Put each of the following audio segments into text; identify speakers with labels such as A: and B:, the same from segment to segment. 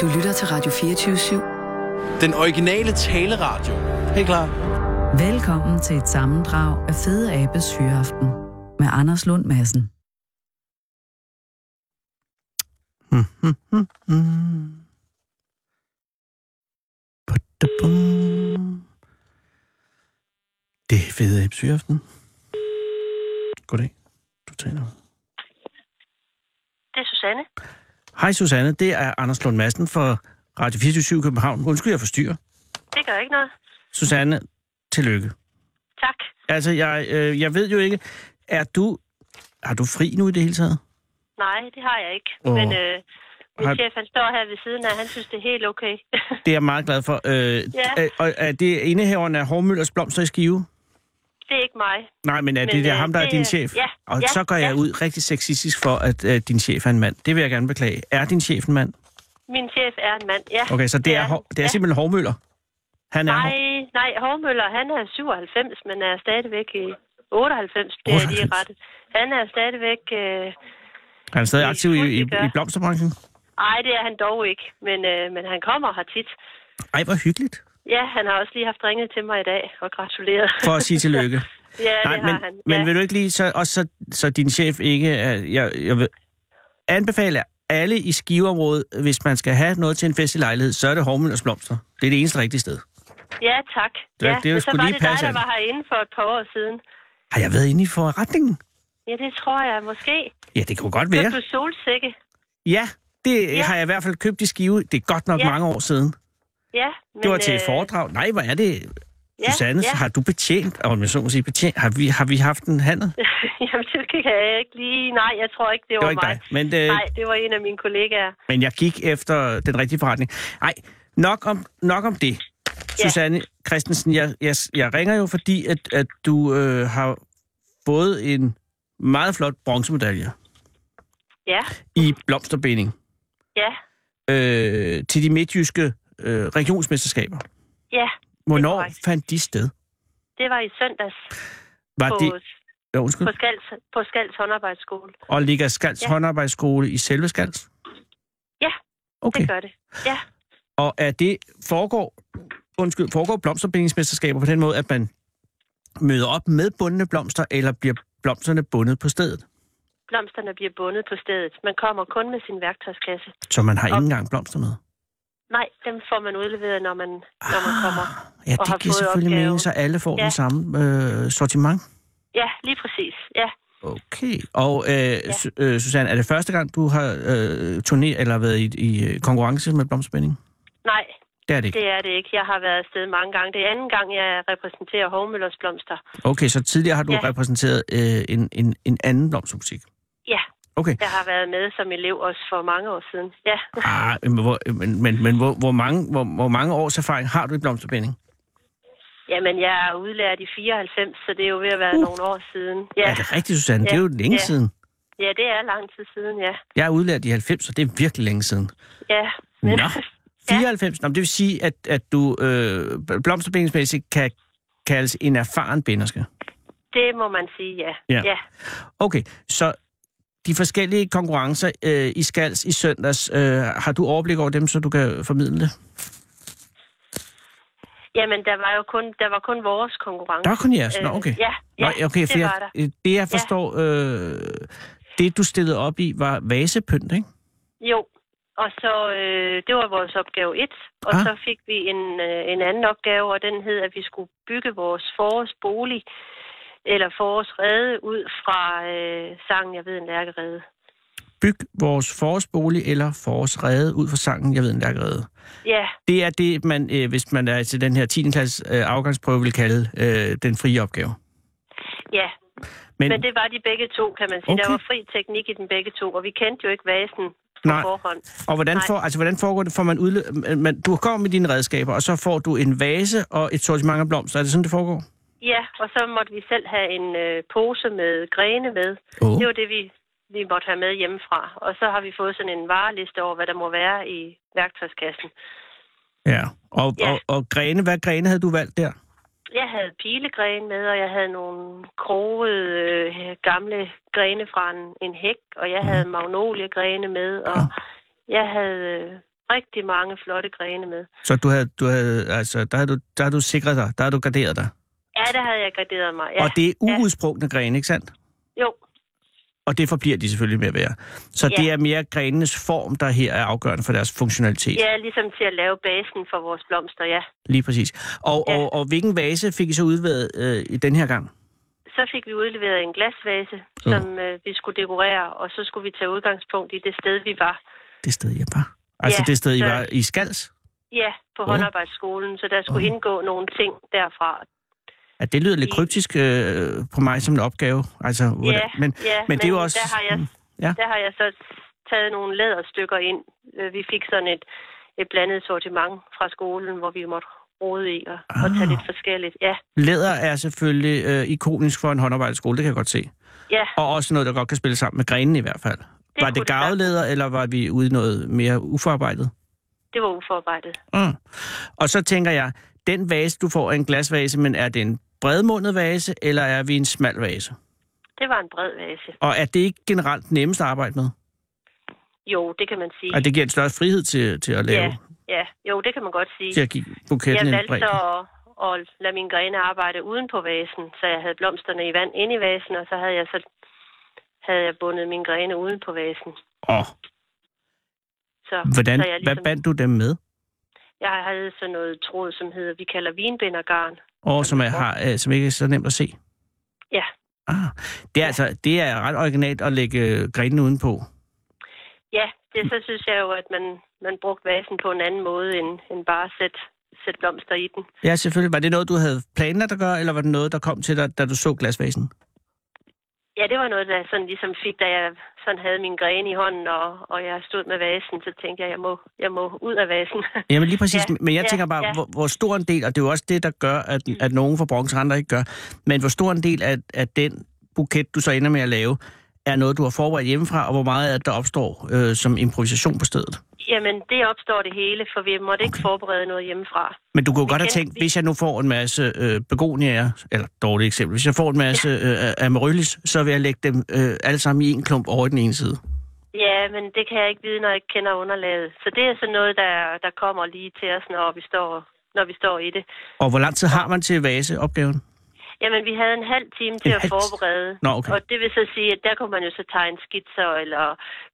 A: Du lytter til Radio 24
B: Den originale taleradio. Helt klar.
A: Velkommen til et sammendrag af Fede Abes Hyreaften med Anders Lund Madsen.
B: Badabum. Det er fede Epsyaften. Goddag. Du taler.
C: Det er Susanne.
B: Hej Susanne, det er Anders Lund Madsen for Radio 24 København. Undskyld, jeg forstyrrer.
C: Det gør ikke noget.
B: Susanne, tillykke.
C: Tak.
B: Altså, jeg, øh, jeg ved jo ikke, er du... Har du fri nu i det hele taget?
C: Nej, det har jeg ikke.
B: Åh.
C: Oh. Men øh, min
B: Har-
C: chef, han står her ved siden af, han synes, det er helt okay.
B: Det er jeg meget glad for. Øh, er, og er det indehaveren af Hormøllers Blomster i Skive?
C: det er ikke mig.
B: Nej, men er
C: Men,
B: det der
C: øh,
B: ham, der er
C: det,
B: din
C: øh,
B: chef?
C: ja,
B: Og
C: ja,
B: så går jeg
C: ja.
B: ud rigtig sexistisk for, at øh, din chef er en mand. Det vil jeg gerne beklage. Er din chef en mand?
C: Min chef er en mand, ja.
B: Okay, så det er,
C: han.
B: hår- det er
C: Ja.
B: simpelthen Hormøller. Han er
C: Nej,
B: hår-
C: nej, Hormøller, han er 97, men er stadigvæk i 98, det er lige
B: 98.
C: rettet. Han er stadigvæk... Øh,
B: han er stadig
C: det er
B: aktiv i, i,
C: fuldt, det gør.
B: i blomsterbranchen.
C: ej, det er han dog ikke, men, øh, men han kommer her tit.
B: Ej, hvor hyggeligt.
C: Ja, han har også lige haft ringet til mig i dag og gratuleret.
B: For at sige tillykke.
C: ja, det
B: Nej,
C: har
B: men,
C: han.
B: men
C: ja.
B: vil du ikke lige, så, også så, så din chef ikke... er- Jeg, jeg vil anbefale alle i skiveområdet, hvis man skal have noget til en festlig lejlighed, så er det Hormøllers Blomster. Det er det eneste rigtige sted.
C: Ja, tak.
B: Det-
C: ja,
B: det er jo
C: men så
B: sgu
C: var
B: lige
C: det dig,
B: passe,
C: der
B: at-
C: var herinde for et par år siden.
B: Har jeg været inde i forretningen?
C: Ja, det tror jeg måske.
B: Ja, det kunne godt
C: Ja.
B: være.
C: Du solsikke.
B: Ja, det ja.
C: Ja.
B: har jeg i hvert fald købt i Skive. Det er godt nok ja.
C: Ja.
B: mange år siden.
C: Ja, men,
B: Det var til et
C: øh,
B: foredrag. Nej, hvor er det?
C: ja,
B: Susanne,
C: ja.
B: har du betjent, om jeg så må sige, betjent, har, vi, har vi haft en handel? Det
C: Jamen, det kan jeg ikke lige... Nej, jeg tror ikke, det var,
B: var ikke
C: mig.
B: dig. Men, øh,
C: Nej, det var en af mine kollegaer.
B: men jeg gik efter den rigtige forretning. Nej, nok om, nok om det.
C: Ja.
B: Susanne Christensen, jeg, jeg, jeg ringer jo, fordi at, at du øh, har fået en meget flot bronzemedalje
C: Ja,
B: i blomsterbinding
C: ja,
B: øh, til de midtjyske øh, regionsmesterskaber.
C: ja.
B: Hvornår
C: korrekt.
B: fandt de sted?
C: Det var i søndags
B: Var
C: på,
B: det... Ja, undskyld.
C: på, Skals, på Skals håndarbejdsskole.
B: Og ligger Skals ja.
C: Ja.
B: håndarbejdsskole i selve Skals?
C: Ja,
B: Okay.
C: Det gør det. Ja,
B: Og er det foregår, undskyld, foregår blomsterbindingsmesterskaber på den måde, at man møder op med bundne blomster, eller bliver blomsterne bundet på stedet?
C: blomsterne bliver bundet på stedet. Man kommer kun med sin værktøjskasse.
B: Så man har ikke
C: Og-
B: engang blomster med?
C: Nej, dem får man udleveret, når man, når man kommer.
B: Ja,
C: og har
B: det giver
C: fået
B: selvfølgelig
C: opgaven.
B: mening, så alle får ja.
C: Ja.
B: den samme øh, sortiment.
C: Ja, lige præcis. Ja.
B: Okay. Og øh, ja. Su- øh, Susanne, er det første gang, du har øh, turné eller været i, i øh, konkurrence med blomsterbinding?
C: Nej,
B: Det er det ikke.
C: det er det ikke. Jeg har været afsted mange gange. Det er anden gang, jeg repræsenterer Hovmøllers blomster.
B: Okay, så tidligere har du ja.
C: Ja.
B: repræsenteret øh, en, en, en anden blomsterbutik.
C: Ja,
B: Okay.
C: jeg har været med som elev også for mange år siden. Ja,
B: Ah, men hvor, men, men, men hvor, hvor, mange, hvor, hvor mange års erfaring har du i blomsterbinding?
C: jamen jeg er udlært i 94, så det er jo ved at være
B: Uh.
C: uh. nogle år siden. Ja.
B: Ja. Er det rigtigt, Susanne? Ja. Det er jo længe ja.
C: Ja.
B: siden.
C: ja, det er lang tid siden, ja.
B: Jeg er udlært i 90, så det er virkelig længe siden.
C: Ja,
B: Nå, 94. Nå, men det vil sige, at, at du øh, blomsterbindingsmæssigt kan kaldes en erfaren binderske.
C: det må man sige, ja.
B: Ja.
C: ja.
B: Okay, så de forskellige konkurrencer øh, i Skals i søndags, øh, har du overblik over dem, så du kan formidle det?
C: Jamen, der var jo kun, der var kun vores konkurrence.
B: Der er kun jeres. Nå, okay.
C: Øh, ja,
B: Nå,
C: ja
B: okay, for
C: det var der.
B: jeg, øh, det jeg forstår, øh, det du stillede op i var vasepynt, ikke?
C: Jo, og så, øh, det var vores opgave 1, og
B: Ah.
C: ah. så fik vi en, øh, en anden opgave, og den hed, at vi skulle bygge vores forårsbolig, eller forårsrede, ud fra øh, sangen, jeg ved, en lærkerede.
B: Byg vores forårsbolig eller forårsrede ud fra sangen, jeg ved en lærkerede.
C: Ja,
B: Det er det, man, øh, hvis man er til den her 10. klasse øh, afgangsprøve, vil kalde øh, den frie opgave.
C: ja,
B: Men,
C: men det var de begge to, kan man sige. Okay. Der
B: Okay.
C: var fri teknik i den begge to, og vi kendte jo ikke vasen på
B: nej.
C: forhånd.
B: Og hvordan,
C: nej.
B: for, altså, hvordan foregår det? Får man udle... øh, man, du kommer med dine redskaber, og så får du en vase og et sortiment af blomster. Er det sådan, det foregår?
C: Ja, og så måtte vi selv have en øh, pose med grene med.
B: Åh.
C: Det var det, vi, vi måtte have med hjemmefra. Og så har vi fået sådan en vareliste over, hvad der må være i værktøjskassen.
B: Ja. Og,
C: Ja.
B: og, og grene, hvad grene havde du valgt der?
C: Jeg havde pilegren med, og jeg havde nogle kroede øh, gamle
B: Mm.
C: grene fra en, en hæk, og jeg havde magnoliegrene med, og jeg havde øh, rigtig mange flotte grene med.
B: Så du havde, du havde, altså, der, havde du, der havde du sikret dig, der havde du garderet dig.
C: Ja, der havde jeg graderet mig.
B: Ja.
C: Ja.
B: Og det er
C: ja.
B: uudsprungne grene, ikke sandt?
C: Jo,
B: Og det forbliver de selvfølgelig med at være. Så
C: Ja.
B: det er mere grenenes form, der her er afgørende for deres funktionalitet.
C: ja, ligesom til at lave basen for vores blomster, ja.
B: Lige præcis. Og,
C: Ja.
B: og, og hvilken vase fik I så udværet øh, i den her gang?
C: Så fik vi udleveret en glasvase,
B: Ja.
C: som øh, vi skulle dekorere, og så skulle vi tage udgangspunkt i det sted, vi var.
B: Det sted, jeg var. Altså
C: Ja,
B: det sted, I
C: så-
B: var i Skals?
C: Ja, på
B: Åh.
C: håndarbejdsskolen, så der skulle
B: Åh.
C: indgå nogle ting derfra.
B: Ja, det lyder lidt
C: I-
B: kryptisk øh, på mig som en opgave. Altså, hvordan-
C: Ja,
B: men,
C: ja,
B: men det er jo også... Mm,
C: Der har jeg,
B: ja.
C: der har jeg så taget nogle læderstykker ind. Øh, Vi fik sådan et, et blandet sortiment fra skolen, hvor vi måtte rode i og, ah. og tage
B: Ah.
C: lidt forskelligt. Ja,
B: Læder er selvfølgelig øh, ikonisk for en håndarbejdsskole, det kan jeg godt se.
C: ja.
B: Og også noget, der godt kan spille sammen med grenen i hvert fald. Det var
C: kunne
B: det
C: det sagtens.
B: gavelæder, eller var vi ude i noget mere uforarbejdet?
C: Det var uforarbejdet.
B: Mm. Og så tænker jeg, den vase, du får er en glasvase, men er det en bredmundet vase, eller er vi en smal vase?
C: Det var en bred vase.
B: Og er det ikke generelt nemmest at arbejde med?
C: Jo, det kan man sige.
B: Og det giver en større frihed til, til at lave,
C: Ja, ja. Jo, det kan man godt sige.
B: til at give buketten
C: Jeg
B: en
C: valgte
B: bredde?
C: så at, at lade mine grene arbejde uden på vasen, så jeg havde blomsterne i vand inde i vasen, og så havde jeg så havde jeg bundet mine grene uden på vasen.
B: Og
C: Så,
B: hvordan,
C: så jeg, ligesom-
B: hvad bandt du dem med?
C: jeg havde sådan noget tråd, som hedder, vi kalder vinbindergarn.
B: Og som, er, har, øh, som ikke er så nemt at se?
C: Ja.
B: Ah, det er altså det er ret originalt at lægge øh, grenen udenpå.
C: Ja, det så synes jeg jo, at man, man brugte vasen på en anden måde, end, end bare at sætte, sætte blomster i den.
B: Ja, selvfølgelig. Var det noget, du havde planlagt at gøre, eller var det noget, der kom til dig, da du så glasvasen?
C: Ja, det var noget, der sådan ligesom fik, da jeg sådan havde min grene i hånden, og, og jeg stod med vasen, så tænkte jeg, jeg må, jeg må ud af vasen.
B: Jamen lige præcis, ja,
C: Ja,
B: men jeg
C: ja,
B: tænker bare, ja.
C: ja. Mm.
B: hvor, hvor stor en del, og det er jo også det, der gør, at, at nogen fra bronze andre ikke gør, men hvor stor en del af, af den buket, du så ender med at lave, er noget, du har forberedt hjemmefra, og hvor meget af det, der opstår øh, som improvisation på stedet.
C: Jamen, det opstår det hele, for vi måtte ikke forberede noget hjemmefra.
B: Men du kunne jo godt have
C: kender-
B: tænkt,
C: vi-
B: hvis jeg nu får en masse øh, begoniaer, eller dårligt eksempel, hvis jeg får en masse øh, amaryllis, så vil jeg lægge dem øh, alle sammen i en klump over i den ene side.
C: Ja, men det kan jeg ikke vide, når jeg ikke kender underlaget. Så det er sådan noget, der, der kommer lige til os, når vi står, når vi står i det.
B: Og hvor lang tid har man til vaseopgaven?
C: Jamen, vi havde en halv time til
B: En
C: at
B: halv-
C: forberede.
B: Nå, okay.
C: Og det vil så sige, at der kunne man jo så tegne skitser, eller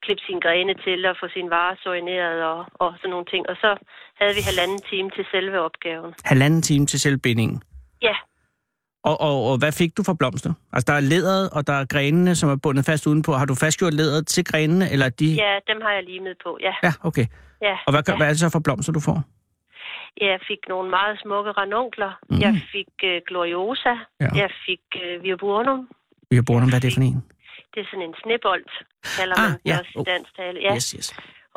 C: klippe sine grene til, og få sine varer sorineret, og, og sådan nogle ting. Og så havde vi halvanden time til selve opgaven.
B: Halvanden time til selvbindingen.
C: Ja,
B: Og, og, og hvad fik du for blomster? Altså, der er læderet, og der er grenene, som er bundet fast udenpå. Har du fastgjort læderet til grenene, eller er de...
C: ja dem har jeg limet på, ja.
B: ja okay.
C: ja.
B: Og hvad, ja.
C: ja.
B: hvad er det så for blomster, du får?
C: Jeg fik nogle meget smukke ranunkler.
B: Mm.
C: Mm. Jeg fik øh, gloriosa.
B: Ja.
C: Ja. Jeg fik øh, virburnum.
B: Vi har brugt om, hvad er det for en?
C: Det er sådan en snebold, kalder
B: Ah,
C: man det
B: ja.
C: også
B: Oh.
C: i dansk tale. Ja.
B: Yes, yes.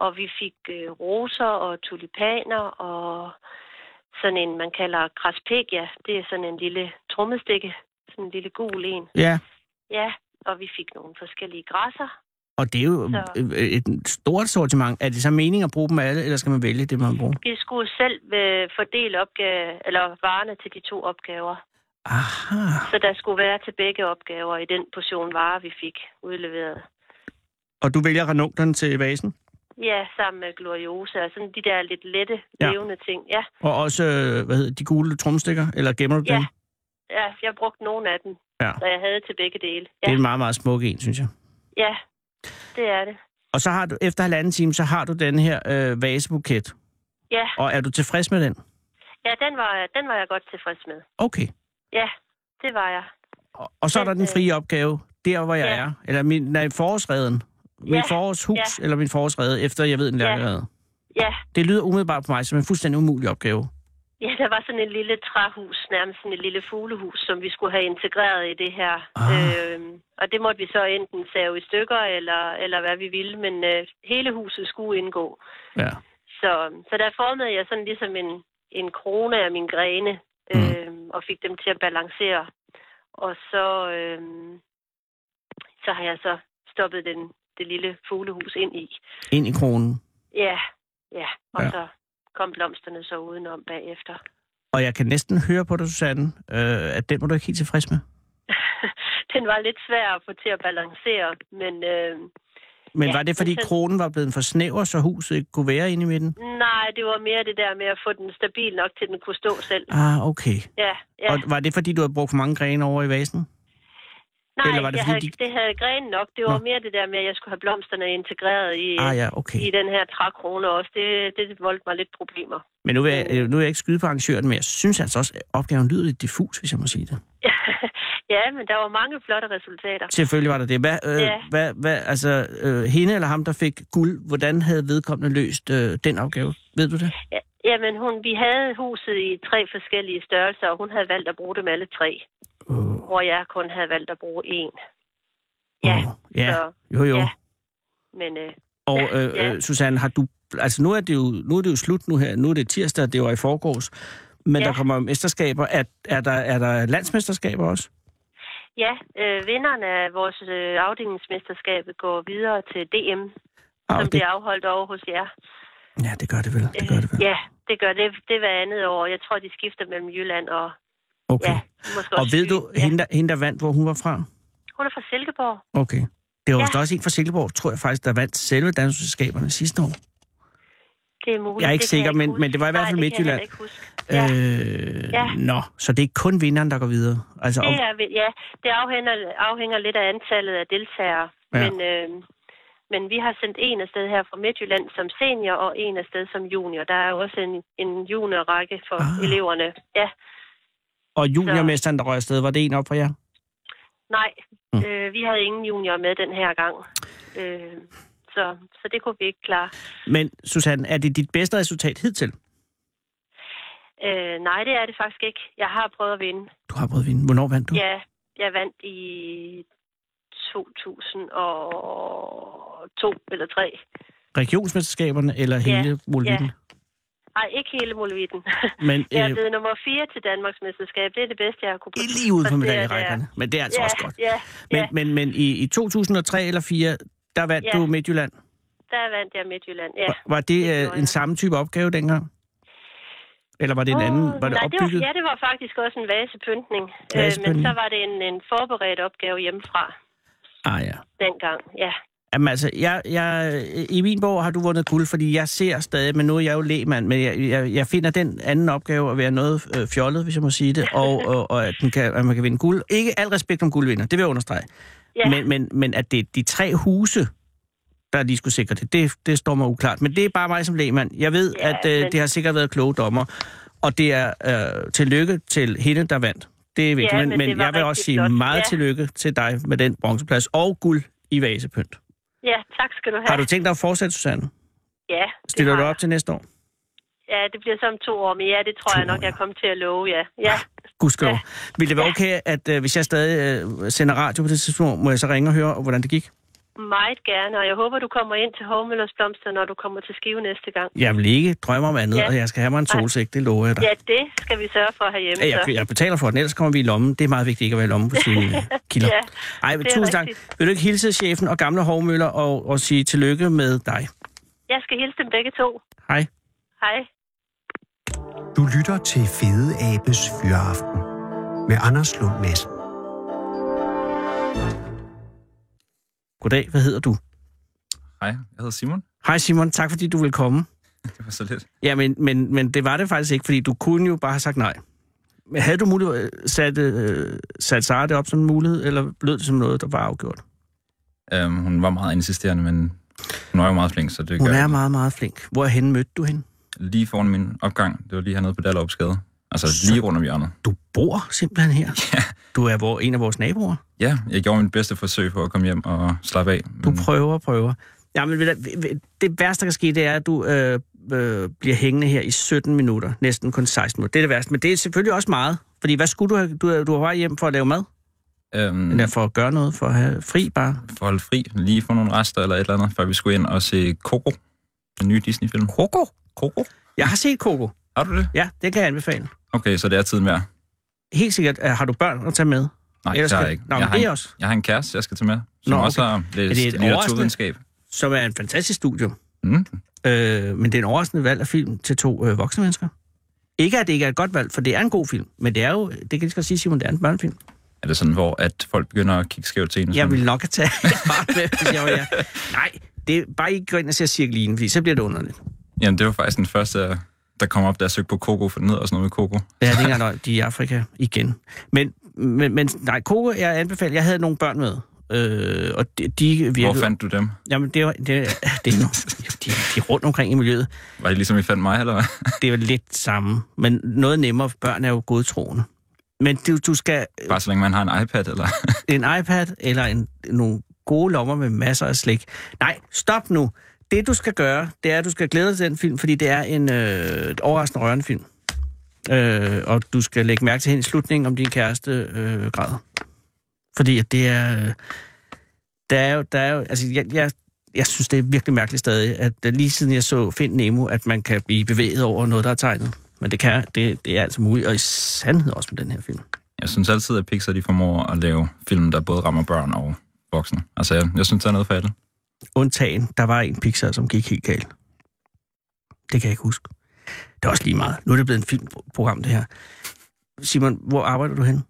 C: Og vi fik øh, roser og tulipaner og sådan en, man kalder kraspegia. Det er sådan en lille trommestikke, sådan en lille gul en.
B: Ja,
C: Ja, og vi fik nogle forskellige græsser.
B: og det er jo
C: Så-
B: øh, et stort sortiment. Er det så meningen at bruge dem alle, eller skal man vælge det, man bruger?
C: Vi skulle selv øh, fordele opgave, eller varerne til de to opgaver.
B: Aha.
C: Så der skulle være til begge opgaver i den portion varer, vi fik udleveret.
B: Og du vælger ranunklerne til vasen?
C: Ja, sammen med gloriosa og sådan de der lidt lette,
B: Ja.
C: ja. levende ting. Ja,
B: Og også, øh, hvad hedder de gule tromstikker? Eller gemmer du
C: Ja,
B: dem?
C: ja, jeg brugte nogle af dem,
B: Ja.
C: da jeg havde til begge dele.
B: Det er
C: Ja,
B: en meget, meget smuk en, synes jeg.
C: ja, det er det.
B: Og så har du, efter halvanden time, så har du den her øh, vasebuket.
C: Ja,
B: Og er du tilfreds med den?
C: ja den, var, den var jeg godt tilfreds med.
B: Okay.
C: Ja, det var jeg.
B: Og- Og så er der den frie opgave, der hvor jeg Øh, ja.
C: Ja.
B: er, eller min, nej, forårsreden, min
C: Ja,
B: forårshus, ja. eller min forårsrede, efter jeg ved en lærerrede.
C: Ja,
B: Det lyder umiddelbart for mig som en fuldstændig umulig opgave.
C: ja der var sådan et lille træhus, nærmest sådan et lille fuglehus, som vi skulle have integreret i det her.
B: Ah.
C: Øhm, og det måtte vi så enten save i stykker, eller, eller hvad vi ville, men øh, hele huset skulle indgå.
B: Ja.
C: Så, så der formede jeg sådan ligesom en, en krone af mine grene,
B: Mm.
C: øh, og fik dem til at balancere. Og så, øh, så har jeg så stoppet den, det lille fuglehus ind i.
B: Ind i kronen.
C: Ja, ja. Og
B: Ja.
C: ja. så kom blomsterne så udenom bagefter.
B: Og jeg kan næsten høre på dig, Susanne, øh, at den var du ikke helt tilfreds med.
C: den var lidt svær at få til at balancere, men, øh,
B: Men
C: Ja,
B: var det, fordi
C: men så-
B: kronen var blevet for snæver, så huset ikke kunne være inde i midten?
C: Nej, det var mere det der med at få den stabil nok, til den kunne stå selv.
B: Ah, okay.
C: Ja, ja.
B: Ja. Og var det, fordi du havde brugt for mange grene over i vasen?
C: Nej,
B: eller var det,
C: jeg
B: fordi
C: havde,
B: de-
C: det havde grene nok. Det var
B: Nå.
C: mere det der med, at jeg skulle have blomsterne integreret i,
B: Ah
C: ah, ja.
B: ja, okay.
C: i den her trækrone også. Det, det voldte mig lidt problemer.
B: Men nu vil, jeg, øh, nu vil jeg ikke skyde på arrangøren, men jeg synes altså også, at opgaven lyder lidt diffus, hvis jeg må sige det.
C: ja, men der var mange flotte resultater.
B: Selvfølgelig var der det. Hvad, øh,
C: Ja.
B: hvad, hvad altså, øh, hende eller ham, der fik guld, hvordan havde vedkommende løst øh, den opgave? Ved du det?
C: Ja, jamen, hun, vi havde huset i tre forskellige størrelser, og hun havde valgt at bruge dem alle tre,
B: Uh,
C: hvor jeg kun havde valgt at bruge én. Ja,
B: ja.
C: så,
B: Jo, jo.
C: ja.
B: Ja.
C: men øh,
B: Og øh,
C: Ja.
B: øh, Susanne, har du... Altså, nu er, det jo, nu er det jo slut nu her. Nu er det tirsdag, det var i forgårs. Men
C: Ja.
B: der kommer mesterskaber. Er, er, der, er der landsmesterskaber også?
C: ja, øh, vinderne af vores øh, afdelingsmesterskabet går videre til DM,
B: Ah,
C: som
B: det,
C: bliver afholdt over hos jer.
B: ja, det gør det vel. Det gør det vel.
C: Øh, Ja, det gør det. Det er hver andet år. Jeg tror, de skifter mellem Jylland og...
B: Okay.
C: Ja, måske
B: Og
C: også
B: ved
C: Fyn.
B: du,
C: Ja.
B: hende der, hende, der vandt, hvor hun var fra?
C: Hun er fra Silkeborg.
B: Okay. Det var
C: Ja.
B: vist også en fra Silkeborg, tror jeg faktisk, der vandt selve dansesskaberne sidste år.
C: Det er muligt.
B: Jeg er ikke
C: det kan
B: sikker, men-
C: huske.
B: men det var i hvert
C: Nej,
B: fald
C: det kan jeg
B: Midtjylland.
C: heller ikke huske. Ja, øh,
B: Øh,
C: Ja.
B: Nå, så det er kun vinderen, der går videre. Altså,
C: det,
B: og,
C: er, ved- ja, det afhænger, afhænger lidt af antallet af deltagere.
B: Ja.
C: Ja. Men, øh, men vi har sendt en afsted her fra Midtjylland som senior, og en afsted som junior. Der er jo også en, en juniorrække for
B: Ah.
C: ah. eleverne. Ja,
B: og juniormesteren, der røg afsted, var det en op for jer?
C: nej.
B: Mm.
C: Øh, vi havde ingen junior med den her gang. Øh, så, så det kunne vi ikke klare.
B: Men Susanne, er det dit bedste resultat hidtil?
C: Øh, nej, det er det faktisk ikke. Jeg har prøvet at vinde.
B: Du har prøvet at vinde. Hvornår vandt du?
C: Ja, jeg vandt i 2002 eller 3.
B: Regionsmesterskaberne eller
C: Ja,
B: hele Molevitten?
C: Nej, ikke hele Molevitten.
B: Men
C: Jeg er
B: øh,
C: blevet number 4 til Danmarks mesterskab. Det er det bedste, jeg har kunne
B: lige ude for
C: præstere,
B: medaljerækkerne. Men det er
C: det
B: altså
C: er.
B: også godt.
C: Ja, ja,
B: Men,
C: ja.
B: men, men i, i 2003 eller 4 der vandt
C: Ja.
B: du Midtjylland.
C: der vandt jeg Midtjylland. Ja.
B: Var, var det
C: det
B: øh,
C: gjorde
B: en
C: jeg.
B: samme type opgave dengang? Eller var det en anden?
C: Åh,
B: Var det
C: nej,
B: opbygget?
C: Det var, ja, det var faktisk også en vasepyntning. Øh, men
B: Vasepyntning.
C: så var det en, en forberedt opgave hjemmefra
B: Ah, ja.
C: dengang. Ja.
B: Jamen altså, jeg, jeg, i min bog har du vundet guld, fordi jeg ser stadig, men nu er jeg jo lægmand, men jeg, jeg, jeg finder den anden opgave at være noget øh, fjollet, hvis jeg må sige det, og, og, og at, den kan, at man kan vinde guld. Ikke al respekt om guld vinder, det vil jeg understrege.
C: Ja.
B: Men, men, men at det er de tre huse, der lige skulle sikre det, det, det står mig uklart. Men det er bare mig som lægmand. Jeg ved,
C: Ja,
B: at øh,
C: men-
B: det har sikkert været kloge dommer, og det er øh, tillykke til hende, der vandt. Det er vigtigt,
C: Ja,
B: men, men,
C: men
B: men
C: det var
B: jeg vil
C: rigtig
B: også sige
C: flot.
B: meget
C: Ja.
B: tillykke til dig med den bronzeplads og guld i vasepynt.
C: ja, tak skal du have.
B: Har du tænkt dig at fortsætte, Susanne?
C: Ja, det
B: Stiller
C: har
B: du
C: jeg.
B: op til næste år?
C: Ja, det bliver så om to år, men ja, det tror
B: To
C: jeg nok,
B: år,
C: jeg kommer til at love, ja. Ja,
B: Gudskelov. Ja.
C: Ja.
B: Vil det være okay, at øh, hvis jeg stadig øh, sender radio på det tidspunkt, må jeg så ringe og høre, hvordan det gik?
C: meget gerne, og jeg håber, du kommer ind til Homelers Blomster, når du kommer til Skive næste gang.
B: Jeg vil ikke drømme om andet, ja.
C: Ja.
B: og jeg skal have mig en solsæk, det lover jeg dig.
C: Ja, det skal vi sørge for herhjemme,
B: Ja,
C: så.
B: jeg, jeg betaler for den, ellers kommer vi i lommen. Det er meget vigtigt ikke at være i lommen på sine øh, kilder.
C: Ja,
B: Ej, men
C: det er
B: tusind tak.
C: rigtigt.
B: Vil du ikke hilse chefen og gamle hovmøller og, og sige tillykke med dig?
C: Jeg skal hilse dem begge to.
B: Hej.
C: Hej.
D: Du lytter til Fede Abes Fyraften med Anders Lund Madsen.
B: Goddag, hvad hedder du?
E: Hej, jeg hedder Simon.
B: Hej Simon, tak fordi du vil komme.
E: Det var så lidt.
B: Ja, men, men, men det var det faktisk ikke, fordi du kunne jo bare have sagt nej. Men havde du mulighed, øh, sat, øh, sat Sara det op som en mulighed, eller lød det som noget, der var afgjort?
E: Øhm, hun var meget insisterende, men hun var jo meget flink, så det
B: Hun
E: gør
B: er
E: jeg.
B: meget, meget flink. Hvorhen mødte du hende?
E: Lige foran min opgang, det var lige hernede på Dallerup Skade. Altså
B: Så-
E: lige rundt om hjørnet.
B: Du bor simpelthen her. Ja. Du er vor, en af vores naboer.
E: Ja, jeg gjorde mit bedste forsøg på at komme hjem og slappe af. Men
B: Du prøver og prøver. Ja, men ved du- ved- det værste, der kan ske, det er, at du øh, øh, bliver hængende her i 17 minutter. Næsten kun 16 minutter. Det er det værste. Men det er selvfølgelig også meget. Fordi hvad skulle du have? Du, er- du var på vej hjem for at lave mad?
E: øhm,
B: Eller for at gøre noget? For at have fri bare?
E: for at holde fri, lige få nogle rester eller et eller andet, før vi skulle ind og se Coco, den nye Disney-film.
B: Coco?
E: Coco?
B: Jeg har set Coco.
E: Har du det?
B: Ja, det kan jeg anbefale.
E: Okay, så det er tiden værd.
B: Helt sikkert. Øh, Har du børn at tage med?
E: Nej,
B: Ellers
E: det har
B: kan-
E: jeg ikke.
B: Nå,
E: jeg,
B: men
E: har
B: det er
E: en,
B: også-
E: jeg har en kæreste, jeg skal tage med, som
B: Nå, okay.
E: også har læst
B: et
E: litteraturvidenskab.
B: Som er en fantastisk studie.
E: Mm.
B: Øh, men det er en overraskende valg af film til to øh, voksne mennesker. Ikke at det ikke er et godt valg, for det er en god film. Men det er jo, det kan jeg lige så godt sige, Simon, det er en børnefilm.
E: Er det sådan, hvor at folk begynder at kigge skævt til en?
B: Jeg
E: sådan,
B: ville nok have taget et barn med, hvis jeg var jer. Nej, det er bare ikke gå ind og se cirkelinen, fordi så bliver det underligt.
E: Jamen, det var faktisk den første, der kom op, der søgte på Coco, for den hedder også noget med Coco.
B: Ja, det er ikke engang løgn. de er i Afrika igen. Men, men, men nej, Koke, jeg anbefaler, jeg havde nogle børn med. Øh, og de, de virkede...
E: Hvor fandt du dem?
B: Jamen, det, var, det, det, det er nogle- de, de er rundt omkring i miljøet.
E: Var det ligesom, I fandt mig, eller hvad?
B: Det er jo lidt samme, men noget nemmere, for børn er jo godtroende. Men du, du skal
E: Bare så længe man har en iPad, eller?
B: en iPad eller en, nogle gode lommer med masser af slik. Nej, stop nu. Det, du skal gøre, det er, at du skal glæde dig til den film, fordi det er en øh, et overraskende rørende film. Øh, og du skal lægge mærke til hende i slutningen, om din kæreste øh, græder. Fordi at det er... Øh, der er jo... Der er jo altså, jeg, jeg, jeg synes, det er virkelig mærkeligt stadig, at øh, lige siden jeg så Find Nemo, at man kan blive bevæget over noget, der er tegnet. Men det, kan, det, det er altså muligt, og i sandhed også med den her film.
E: Jeg synes altid, at Pixar de formår at lave film, der både rammer børn og voksne. Altså, jeg, jeg synes, der er noget for alle.
B: undtagen, der var en Pixar, som gik helt galt. Det kan jeg ikke huske. Det er også lige meget. Nu er det blevet en filmprogram, det her. Simon, hvor arbejder du hen? Um,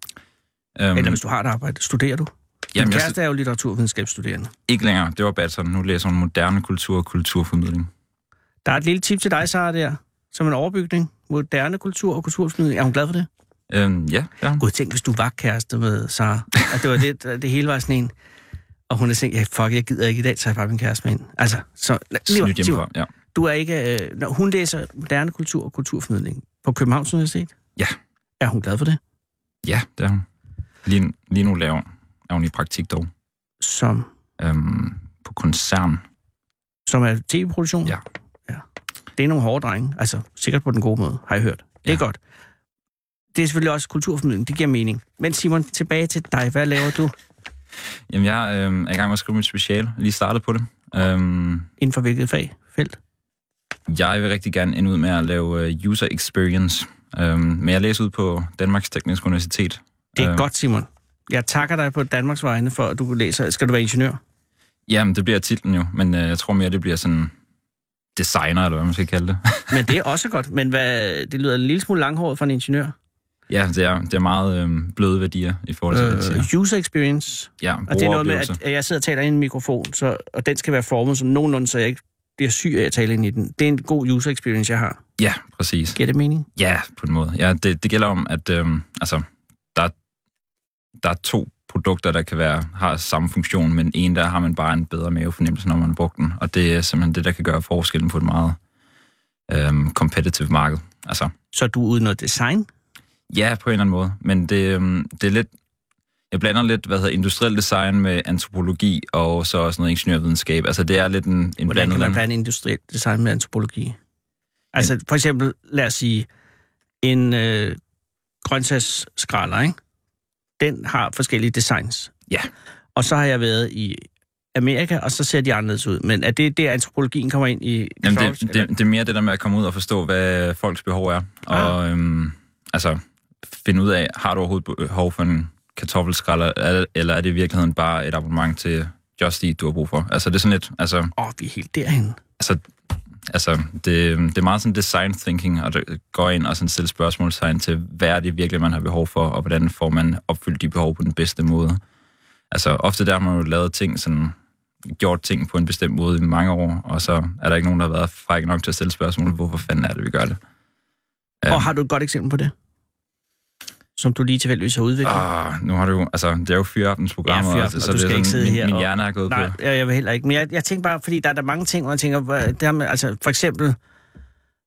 E: Øhm,
B: Eller hvis du har et arbejde, studerer du? Jamen,
E: jamen,
B: Din
E: jeg,
B: kæreste er jo litteraturvidenskabsstuderende.
E: ikke længere. Det var Batson. Nu læser hun moderne kultur og kulturformidling.
B: Der er et lille tip til dig, Sara, der. Som en overbygning. Moderne kultur og kulturformidling. Er hun glad for det?
E: Øhm, ja, ja.
B: Gud, tænk, hvis du var kæreste med Sara. At det var det, det hele var sådan en. Og hun har tænkt, ja, fuck, jeg gider ikke i dag, så er jeg bare min kæreste med hende. Altså, så...
E: Snydt
B: Simon,
E: hjemmefra. Ja.
B: Du er ikke... Øh, når hun læser moderne kultur og kulturformidling på Københavns Universitet?
E: Ja.
B: Er hun glad for det?
E: ja, det er hun. Lige, lige nu laver, er hun i praktik dog.
B: Som,
E: Øhm, på koncern.
B: som er tv-produktion?
E: Ja.
B: ja. Det er nogle hårde drenge. Altså, sikkert på den gode måde, har jeg hørt. Det er
E: Ja.
B: godt. Det er selvfølgelig også kulturformidling, det giver mening. Men Simon, tilbage til dig. Hvad laver du
E: Jamen, jeg øhm, er i gang med at skrive mit speciale. Lige startet på det. Øhm,
B: inden for hvilket fag? Felt?
E: Jeg vil rigtig gerne ende ud med at lave øh, user experience. Øhm, men jeg læser ud på Danmarks Tekniske Universitet.
B: Det er
E: Øh.
B: godt, Simon. Jeg takker dig på Danmarks vegne for, at du læser. Skal du være ingeniør?
E: Jamen, det bliver titlen jo, men øh, jeg tror mere, det bliver sådan designer, eller hvad man skal kalde det.
B: Men det er også godt. Men hvad, det lyder en lille smule langhåret for en ingeniør.
E: ja, det er, det er meget øh, bløde værdier i forhold til, øh, det, jeg siger.
B: Øh, user experience.
E: Ja,
B: Og det er noget med,
E: brugeroplevelse.
B: at jeg sidder og taler ind i en mikrofon, så, og den skal være formet så nogenlunde, så jeg ikke bliver syg af at tale ind i den. Det er en god user experience, jeg har.
E: Ja, præcis.
B: Giver det mening?
E: Ja, på en måde. Ja, det, det gælder om, at øh, altså, der, der er to produkter, der kan være, har samme funktion, men en der har man bare en bedre mavefornemmelse, når man har brugt den. Og det er simpelthen det, der kan gøre forskellen på et meget øh, competitive marked. Altså,
B: Så er du ude i noget design.
E: ja, på en eller anden måde. Men det, øh, det er lidt... Jeg blander lidt, hvad hedder industriel design med antropologi og så også noget ingeniørvidenskab. Altså, det er lidt en, en
B: Hvordan kan man
E: blandet...
B: blande industrielt design med antropologi? Altså for eksempel, lad os sige, en øh, grøntsagsskralder, ikke? Den har forskellige designs.
E: Ja.
B: Og så har jeg været i Amerika, og så ser de anderledes ud. Men er det der, antropologien kommer ind i...
E: Jamen, det,
B: Florence,
E: det,
B: eller?
E: det er mere det der med at komme ud og forstå, hvad folks behov er. Og øhm, altså, finde ud af, har du overhovedet behov for en kartoffelskralder, er- eller er det i virkeligheden bare et abonnement til Just Eat, du har brug for? Altså, det er sådan lidt, altså,
B: Åh, oh, vi er helt derhen.
E: altså, altså det, det er meget sådan design thinking, og det går ind og sådan stille spørgsmålstegn til, hvad er det virkelig, man har behov for, og hvordan får man opfyldt de behov på den bedste måde. Altså, ofte der har man jo lavet ting sådan, gjort ting på en bestemt måde i mange år, og så er der ikke nogen, der har været fræk nok til at stille spørgsmålet, hvorfor fanden er det, vi gør det?
B: Ja.
E: Ja.
B: Og har du et godt eksempel på det? Som du lige tilfældigvis har udviklet?
E: Ah, nu har du, altså, det er jo fyraftens program,
B: Ja, fyraften,
E: så,
B: og du
E: så det er
B: skal ikke sidde
E: min,
B: her
E: min
B: og-
E: hjerne er gået
B: Nej,
E: på.
B: jeg, jeg vil heller ikke. Men jeg, jeg tænker bare, fordi der er der mange ting, hvor jeg tænker, hvor- det her med, altså for eksempel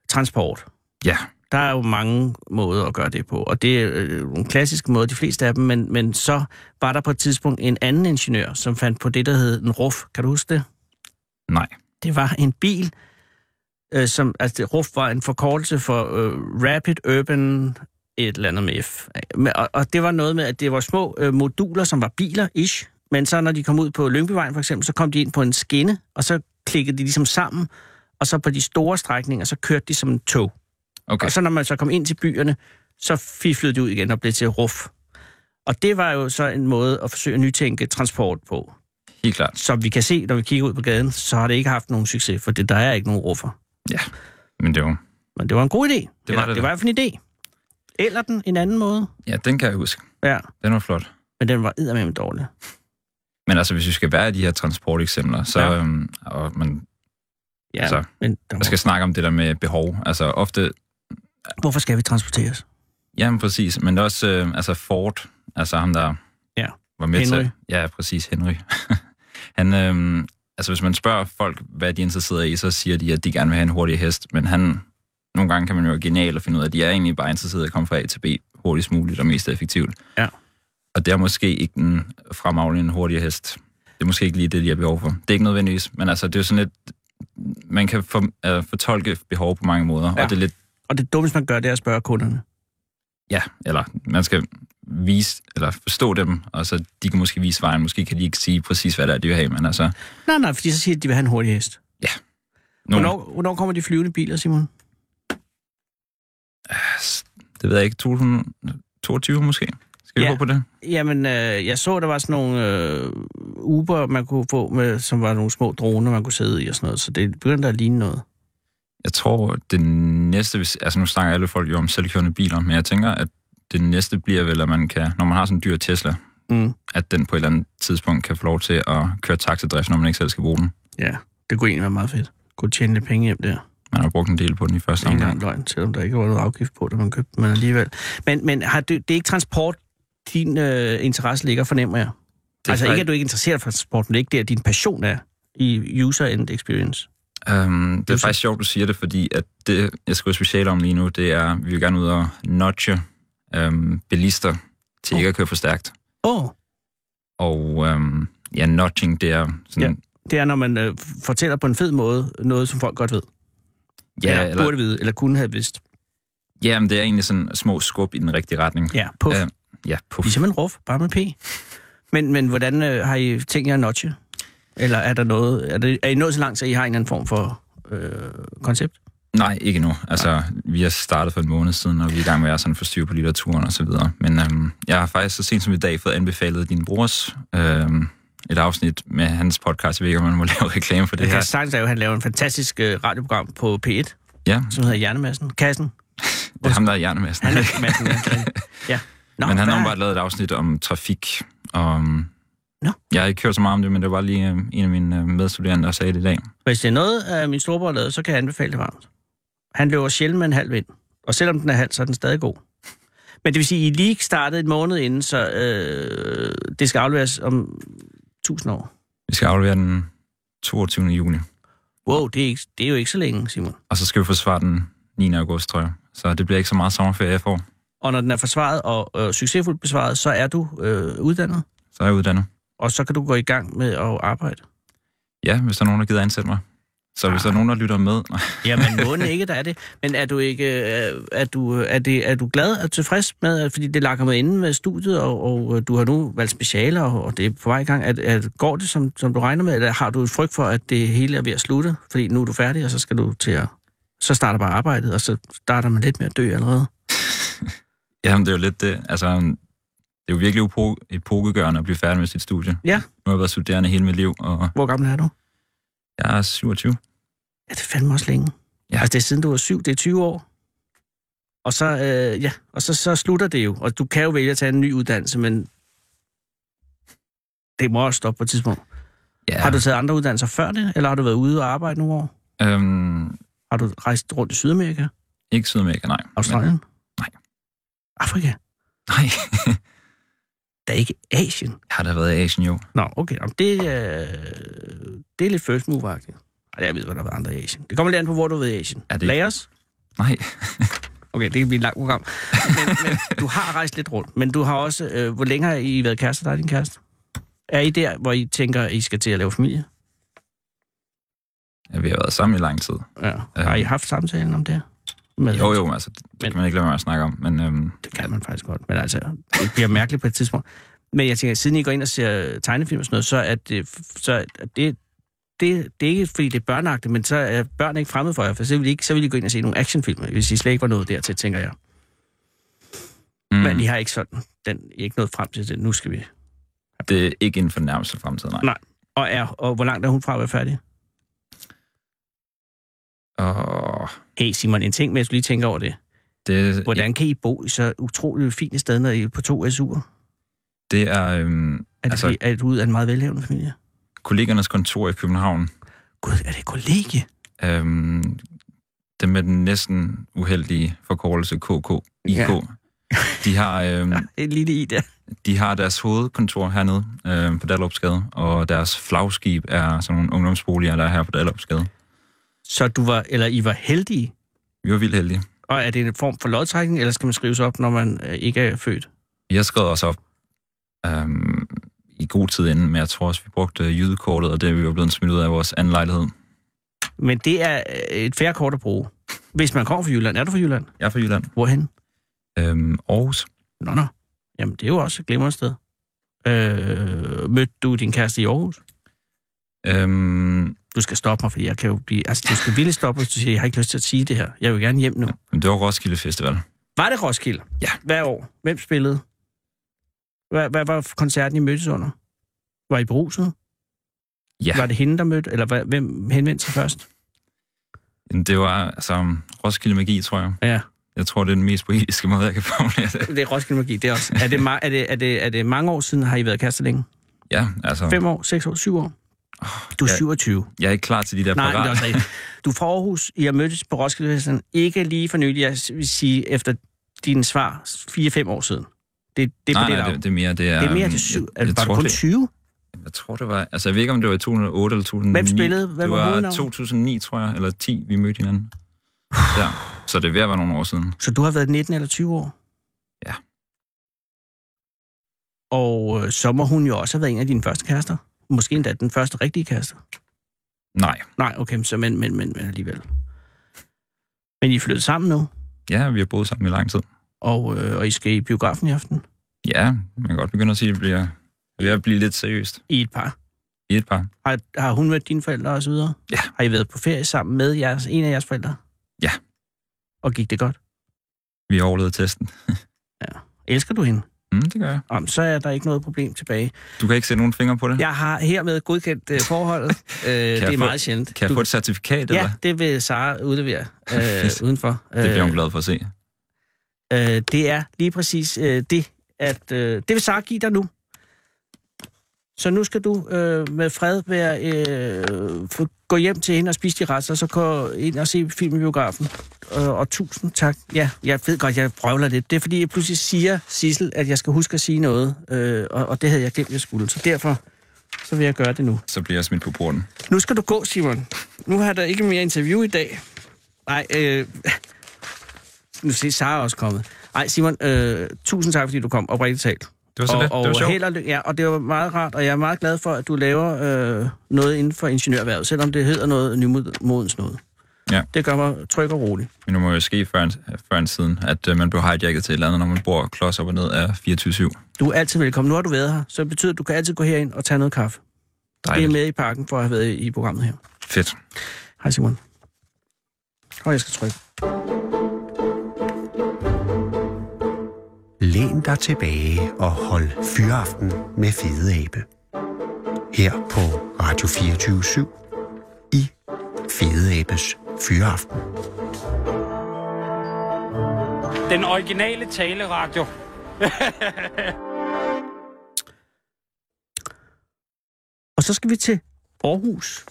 B: transport.
E: Ja,
B: Der er jo mange måder at gøre det på, og det er øh, nogle klassiske måder, de fleste af dem, men, men så var der på et tidspunkt en anden ingeniør, som fandt på det, der hed en RUF. Kan du huske det?
E: nej.
B: Det var en bil, øh, som, altså det, RUF var en forkortelse for øh, Rapid Urban et eller andet med F. Men- Og, og det var noget med, at det var små øh, moduler, som var biler-ish, men så når de kom ud på Lyngbyvejen for eksempel, så kom de ind på en skinne, og så klikkede de ligesom sammen, og så på de store strækninger, så kørte de som en tog.
E: Okay,
B: Og så når man så kom ind til byerne, så fiflede de ud igen og blev til RUF. Og det var jo så en måde at forsøge at nytænke transport på
E: helt klart.
B: som vi kan se, når vi kigger ud på gaden, så har det ikke haft nogen succes, for det, der er ikke nogen ruffer.
E: Men det er jo,
B: Men det var en god idé. Det
E: var det
B: det
E: da.
B: var i hvert fald en idé. Eller den en anden måde.
E: ja, den kan jeg huske.
B: Ja.
E: Den var flot.
B: Men den var eddermame dårlig.
E: Men altså, hvis vi skal være i de her transporteksempler, så...
B: Ja.
E: Ja. Øhm, og man,
B: Ja,
E: altså,
B: men der
E: jeg skal snakke om det der med behov. Altså ofte,
B: hvorfor skal vi transporteres?
E: jamen præcis, men også øh, altså Ford, altså ham der
B: Ja.
E: var med
B: Henry.
E: til... Ja, præcis, Henry. han, øh, altså hvis man spørger folk, hvad de er interesseret i, så siger de, at de gerne vil have en hurtig hest, men han, nogle gange kan man jo være genial og finde ud af, at de er egentlig bare interesseret i at komme fra A til B hurtigst muligt og mest effektivt.
B: Ja.
E: Og det er måske ikke den fremavlende en hurtig hest. Det er måske ikke lige det, de har behov for. Det er ikke nødvendigvis, men altså, det er jo sådan lidt... Man kan for, øh, fortolke behov på mange måder,
B: Ja.
E: ja. og det er lidt
B: Og det dummeste, man gør, det er at spørge kunderne.
E: ja, eller man skal vise, eller forstå dem, og så de kan måske vise vejen. Måske kan de ikke sige præcis, hvad det er, de vil have, men altså...
B: Nej, nej, fordi så siger de, at de vil have en hurtig hest.
E: Nogle,
B: Hvornår, hvornår kommer de flyvende biler, Simon?
E: Det ved jeg ikke, 2022 måske? Skal vi
B: Ja.
E: ja. gå på det?
B: Jamen, øh, jeg så, der var sådan nogle øh, Uber, man kunne få, med, som var nogle små droner, man kunne sidde i og sådan noget. Så det begyndte at ligne noget.
E: Jeg tror, det næste... hvis- Altså, nu snakker alle folk jo om selvkørende biler, men jeg tænker, at det næste bliver vel, at man kan... Når man har sådan en dyr Tesla,
B: Mm.
E: at den på et eller andet tidspunkt kan få lov til at køre taxadrift, når man ikke selv skal bruge den.
B: Ja, det kunne egentlig være meget fedt. Kunne tjene lidt penge hjem der.
E: Man har brugt en del på den i første
B: Det er ikke engang
E: omgang.
B: løgn, selvom der ikke var noget afgift på, da man købte den, men alligevel. Men, men har du, det er ikke transport, din øh, interesse ligger, fornemmer jeg. Det altså
E: faktisk-
B: ikke, at du ikke er interesseret for transport, men det er ikke der, din passion er i user end experience.
E: Øhm, det
B: jo
E: er
B: så-
E: faktisk sjovt, du siger det, fordi at det, jeg skriver speciale om lige nu, det er, vi vil gerne ud og nudge øhm, bilister til ikke at køre for stærkt.
B: Åh, oh,
E: Og øhm, ja, nudging, det er sådan...
B: det er, når man øh, fortæller på en fed måde noget, som folk godt ved.
E: Ja, ja,
B: eller,
E: eller,
B: burde vide, eller kunne have vidst.
E: ja men det er egentlig sådan små skub i den rigtige retning.
B: Ja, puff. Ja.
E: Ja, ja puff.
B: Ligesom en ruf, bare med p. Men, men hvordan øh, har I tænkt jer at notche? Eller er der noget... Er, det, er I nået så langt, så I har en eller anden form for øh, koncept?
E: Nej, ikke endnu. Altså, vi har startet for en måned siden, og vi er i gang med at være sådan for styr på litteraturen og så videre. Men øhm, jeg har faktisk så sent som i dag fået anbefalet din brors øhm, et afsnit med hans podcast. Jeg ved ikke, om man må lave reklame for det
B: Det
E: her.
B: kan sagtens lave, at han laver en fantastisk øh, radioprogram på P1,
E: Ja,
B: som hedder Hjernemassen. Kassen.
E: det er ham, der er hjernemassen.
B: Han er massen, ja. ja. Nå,
E: Nå, men han
B: hvad-
E: har bare lavet et afsnit om trafik. Og, øhm,
B: Nå.
E: Jeg har ikke hørt så meget om det, men det var lige øh, en af mine øh, medstuderende, der sagde det i dag.
B: Hvis det er noget, af min storebror har lavet, så kan jeg anbefale det varmt. Han løber sjældent med en halv vind, og selvom den er halv, så er den stadig god. Men det vil sige, I er lige startet en måned inden, så øh, det skal afleveres om 1000 år.
E: Vi skal aflevere den 22. juli,
B: Wow, det er, ikke, det er jo ikke så længe, Simon.
E: og så skal vi forsvare den 9. august, tror jeg. Så det bliver ikke så meget sommerferie, jeg får.
B: Og når den er forsvaret og øh, succesfuldt besvaret, så er du øh, uddannet,
E: Så er jeg uddannet.
B: og så kan du gå i gang med at arbejde.
E: Ja, hvis der er nogen, der gider ansætte mig. Så hvis der
B: Ah.
E: er nogen, der lytter med... Nej.
B: Jamen, måden ikke, der er det. Men er du ikke, øh, er du, øh, er det, er du glad og tilfreds med, at- fordi det lakker med inden med studiet, og, og øh, du har nu valgt specialer, og, og det er på vej i gang. At, at, går det, som, som du regner med, eller har du et frygt for, at det hele er ved at slutte, fordi nu er du færdig, og så skal du til at, så starter bare arbejdet, og så starter man lidt med at dø allerede.
E: Jamen, det er jo lidt det. Altså, det er jo virkelig upo- epokegørende at blive færdig med sit studie.
B: Ja.
E: Nu har jeg været studerende hele mit liv, og
B: Hvor gammel er du?
E: jeg er 27.
B: Ja, det er fandme også længe. Ja.
E: Ja.
B: Altså, det er siden du var syv, det er 20 år. Og så, øh, ja, og så, så slutter det jo. Og du kan jo vælge at tage en ny uddannelse, men det må også stoppe på et tidspunkt.
E: Ja.
B: Ja. Har du taget andre uddannelser før det, eller har du været ude og arbejde nogle år?
E: Øhm,
B: Har du rejst rundt i Sydamerika,
E: ikke Sydamerika, nej.
B: Australien?
E: nej.
B: Afrika?
E: Men, nej.
B: Da ikke Asien.
E: Jeg har da været i Asien, jo.
B: Nå, okay. Jamen, det, øh, det er lidt first move -agtigt. Ej, jeg ved, hvad der har været andre i Asien. Det kommer lidt an på, hvor du har været i Asien.
E: Er
B: det...
E: det-
B: Laos?
E: Nej.
B: Okay, det kan blive et langt program. Men, men du har rejst lidt rundt, men du har også... Øh, hvor længe har I været kærester, dig og din kæreste? Er I der, hvor I tænker, at I skal til at lave familie?
E: Ja, Vi har været sammen i lang tid.
B: Ja. Har I haft samtalen om det? her? Med,
E: Jo, jo, altså, det, det
B: Men-
E: kan man ikke lade være med at snakke om. Men øhm,
B: Det kan man faktisk godt, men altså, det bliver mærkeligt på et tidspunkt. Men jeg tænker, siden I går ind og ser tegnefilm og sådan noget, så er det, så er det, det, det er ikke, fordi det er børneagtigt, men så er børn ikke fremmede for jer, for så vil I, ikke, så vil I gå ind og se nogle actionfilm, hvis I slet ikke var nået dertil, tænker jeg. Mm. Men I har ikke sådan, den, I er ikke nået frem til det, nu skal vi.
E: det er ikke inden for den nærmeste fremtid, nej.
B: Nej. Og, er, og hvor langt er hun fra at være færdig?
E: Og
B: Hey Simon, en ting, men jeg skulle lige tænke over det.
E: det,
B: Hvordan kan I bo i så utroligt fint et sted, når I er på to SU'er?
E: Det er øhm,
B: Er det,
E: Altså-
B: altså... er det ud af en meget velhavende familie?
E: kollegernes kontor i København.
B: Gud, er det et kollegie?
E: Øhm, det med den næsten uheldige forkortelse KKIK.
B: Ja.
E: Ja. De har, øhm,
B: Et lille i der.
E: de har deres hovedkontor hernede øh, på Dallopsgade, og deres flagskib er sådan nogle ungdomsboliger, der er her på Dallopsgade.
B: Så du var, eller I var heldige?
E: Vi var vildt heldige.
B: Og er det en form for lodtrækning, eller skal man skrives op, når man øh, ikke er født?
E: Jeg skrev os op øhm, i god tid inden, men jeg tror også, vi brugte øh, jydekortet, og det er vi jo blevet smidt ud af vores anden lejlighed.
B: Men det er øh, et færre kort at bruge. Hvis man kommer fra Jylland, er du fra Jylland?
E: Jeg er fra Jylland.
B: Hvorhen?
E: Øhm, Aarhus.
B: Nå, nå. Jamen, det er jo også et glimrende sted. Øh, mødte du din kæreste i Aarhus?
E: Øhm,
B: Du skal stoppe mig, fordi jeg kan jo blive... Altså, du skal virkelig stoppe, hvis du siger, jeg har ikke lyst til at sige det her. Jeg vil gerne hjem nu.
E: men det var Roskilde Festival.
B: Var det Roskilde?
E: Ja.
B: Hver år? Hvem spillede? Hvad, hvad var koncerten, I mødtes under? Var I bruset?
E: Ja.
B: Var det hende, der mødte? Eller hvad, hvem henvendte sig først?
E: Jamen, Det var altså Roskilde Magi, tror jeg.
B: Ja.
E: Jeg tror, det er den mest poetiske måde, jeg kan formulere det.
B: Det er Roskilde Magi, det er også. Er det, ma- er det, er det, er det mange år siden, har I været kærester længe?
E: Ja, altså,
B: Fem år? Seks år? Syv år? Du er
E: ja.
B: 27.
E: jeg er ikke klar til de der
B: Nej, det er
E: parader.
B: også rigtigt. Du er fra Aarhus, I har mødtes på Roskilde Festivalen. Ikke lige for nylig, jeg vil sige, efter dine svar, 4-5 år siden. Det, det er
E: nej,
B: på det,
E: nej,
B: lav.
E: det, det, er mere, det er...
B: det er mere
E: øhm,
B: til syv. altså,
E: Jeg, jeg,
B: var du
E: tror,
B: kun
E: det,
B: 20?
E: jeg tror, det var... Altså, jeg ved ikke, om det var i 2008 eller 2009.
B: Hvem spillede? Hvad
E: det
B: var
E: var
B: hovednavnet?
E: 2009, tror jeg, eller 10, vi mødte hinanden. Ja, så det er ved at være nogle år siden.
B: Så du har været 19 eller 20 år?
E: Ja.
B: Og øh, så må hun jo også have været en af dine første kærester. Måske endda den første rigtige kæreste.
E: Nej,
B: Nej, okay, men så men, men, men, men alligevel. Men I er flyttet sammen nu,
E: ja, vi har boet sammen i lang tid.
B: og, øh, og I skal i biografen i aften.
E: Ja, man kan godt begynde at sige, at det bliver ved at blive lidt seriøst
B: I er et par.
E: i et par.
B: Har, har hun været dine forældre og så videre?
E: Ja.
B: Har I været på ferie sammen med jeres, en af jeres forældre?
E: Ja.
B: Og gik det godt?
E: Vi har overlevet testen.
B: Elsker du hende?
E: Mm, det gør jeg.
B: Om, så er der ikke noget problem tilbage.
E: Du kan ikke sætte nogen fingre på det?
B: Jeg har hermed godkendt øh, forholdet. øh, det er
E: få-
B: meget sjældent.
E: Kan jeg
B: Du-
E: få et certifikat, eller?
B: Ja, det vil Sara udlevere øh, udenfor.
E: Det bliver hun
B: Øh,
E: glad for at se.
B: øh, det er lige præcis øh, det, at øh, det vil Sara give dig nu. Så nu skal du øh, med fred være, øh, få- gå hjem til hende og spise de rester, og så gå ind og se film i biografen. Øh, og tusind tak. Ja, jeg ved godt, jeg prøvler lidt. Det er fordi, jeg pludselig siger, Sissel, at jeg skal huske at sige noget, øh, og, og det havde jeg glemt, jeg skulle. Så derfor så vil jeg gøre det nu.
E: Så bliver jeg smidt på porten.
B: Nu skal du gå, Simon. Nu har der ikke mere interview i dag. Nej, øh... Nu se, Sara er også kommet. Nej, Simon, øh, tusind tak, fordi du kom oprigtigt talt.
E: Det var så
B: og,
E: lidt.
B: og
E: det var sjovt.
B: held og, lykke- ja, og det var meget rart, og jeg er meget glad for, at du laver øh, noget inden for ingeniørværet, selvom det hedder noget nymodens noget.
E: Ja.
B: Det gør mig tryg og rolig.
E: Men nu må jo ske før en, før en siden, at øh, man bliver hijacket til et eller andet, når man bor klods op og ned af 24-7.
B: Du er altid velkommen. Nu har du været her, så det betyder, at du kan altid gå herind og tage noget kaffe. Det er
E: Dejligt.
B: med i pakken for at have været i i programmet her.
E: Fedt.
B: Hej Simon. Og jeg skal trykke.
D: Læn dig tilbage og hold fyraften med Fede Abe. Her på Radio 24 i Fede Abes Fyraften.
F: Den originale taleradio.
B: Og så skal vi til Aarhus.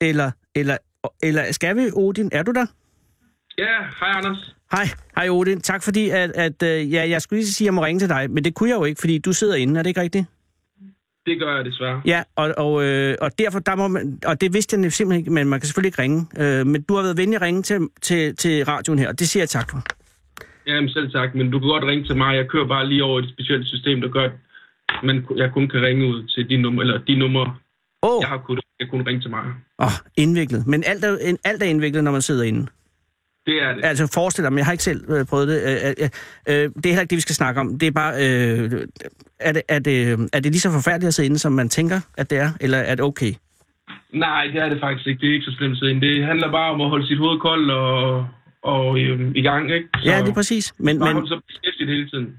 B: Eller, eller, eller skal vi, Odin? Er du der?
G: Ja, hej Anders.
B: Hej, hej Odin. Tak fordi, at, at øh, ja, jeg skulle lige sige, at jeg må ringe til dig, men det kunne jeg jo ikke, fordi du sidder inde, er det ikke rigtigt?
G: Det gør jeg desværre.
B: Ja, og, og, øh, og derfor, der må man, og det vidste jeg simpelthen ikke, men man kan selvfølgelig ikke ringe. Øh, men du har været venlig at ringe til, til, til radioen her, og det siger jeg tak for.
G: Jamen selv tak, men du kan godt ringe til mig. Jeg kører bare lige over et specielt system, der gør, at man, jeg kun kan ringe ud til de numre, eller de numre,
B: Åh,
G: jeg har kunnet, jeg kunne ringe til mig.
B: oh. oh, indviklet. Men alt er, en- alt er indviklet, når man sidder inde.
G: Det er det.
B: Altså forestil dig, men jeg har ikke selv øh, prøvet det. Øh, øh, øh, det er heller ikke det, vi skal snakke om. Det er bare, øh, er, det, er, det, øh, er det lige så forfærdeligt at sidde inde, som man tænker, at det er? Eller er det okay?
G: Nej, det er det faktisk ikke. Det er ikke så slemt siden. Det handler bare om at holde sit hoved koldt og, og øhm, i gang, ikke? Så,
B: Ja, lige præcis. Men,
G: Bare holde
B: men
G: sig beskæftiget hele tiden.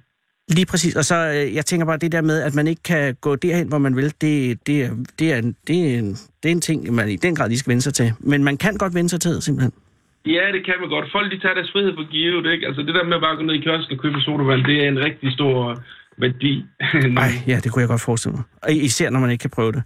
B: lige præcis. Og så, øh, jeg tænker bare, det der med, at man ikke kan gå derhen, hvor man vil, det, det, er, det, er, en, det, er, en, det er en ting, man i den grad lige skal vende sig til. Men man kan godt vende sig til, det, simpelthen.
G: Ja, det kan man godt. Folk, de tager deres frihed for givet, ikke? Altså, det der med bare at gå ned i kiosken og købe en sodavand, det er en rigtig stor værdi.
B: Nej, ja, det kunne jeg godt forestille mig. Og Især når man ikke kan prøve det.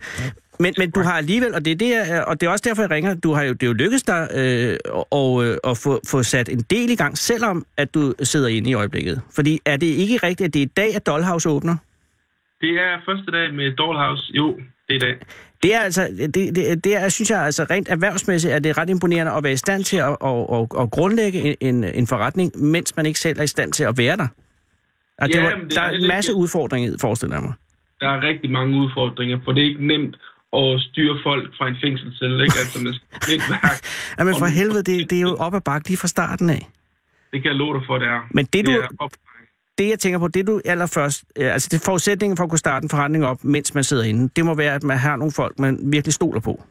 B: Men, men du har alligevel, og det, er det, jeg- og det er også derfor, jeg ringer, du har jo, det er jo lykkedes dig øh, og, øh, at få, få sat en del i gang, selvom at du sidder inde i øjeblikket. Fordi er det ikke rigtigt, at det er i dag, at Dollhouse åbner?
G: Det er første dag med Dollhouse. Jo, det er i dag.
B: Det er altså, det, det, det er, synes jeg, altså rent erhvervsmæssigt er det ret imponerende at være i stand til at, at, at, at grundlægge en, en forretning, mens man ikke selv er i stand til at være der. Og det
G: Ja,
B: var,
G: men det
B: der
G: er
B: er en
G: lidt-
B: masse udfordringer, i det, forestiller jeg mig.
G: Der er rigtig mange udfordringer, for det er ikke nemt at styre folk fra en fængselscelle. Ikke? Altså, man skal have netværk.
B: Jamen for helvede, det, det er jo op ad bakke lige fra starten af.
G: Det kan jeg love dig for, det er.
B: Men det, du-
G: er op-
B: det jeg tænker på, det du allerførst, øh, altså det er forudsætningen for at kunne starte en forretning op, mens man sidder inde, det må være, at man har nogle folk, man virkelig stoler på.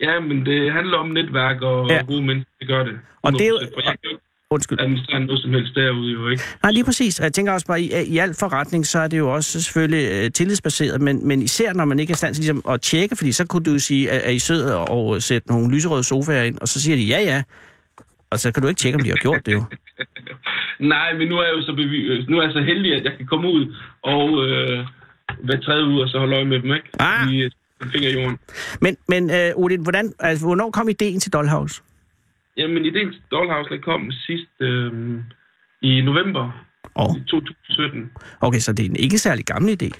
G: Ja, men det handler om netværk og
B: Ja.
G: ja. gode mennesker, det gør det.
B: Og det er jo-
G: 100%. For jeg kan jo ikke
B: Undskyld.
G: administrere noget som helst derude, jo ikke?
B: Nej, lige præcis. Og jeg tænker også bare, i, i al forretning, så er det jo også selvfølgelig øh, tillidsbaseret, men, men især når man ikke er i stand til ligesom, at tjekke, fordi så kunne du jo sige, at er I sød og, og sætte nogle lyserøde sofaer ind, og så siger de ja, ja. Og så kan du ikke tjekke, om de har gjort det jo.
G: Nej, men nu er jeg jo så, bevi- øh, nu er jeg så heldig, at jeg kan komme ud og øh, hver tredje uge og så holde øje med dem, ikke?
B: Ah.
G: I, øh, finger i jorden.
B: Men, men øh, Odin, hvordan, altså, hvornår kom ideen til Dollhouse?
G: Jamen, ideen til Dollhouse den kom sidst øh, i november
B: Oh,
G: 2017.
B: okay, så det er en ikke særlig gammel idé.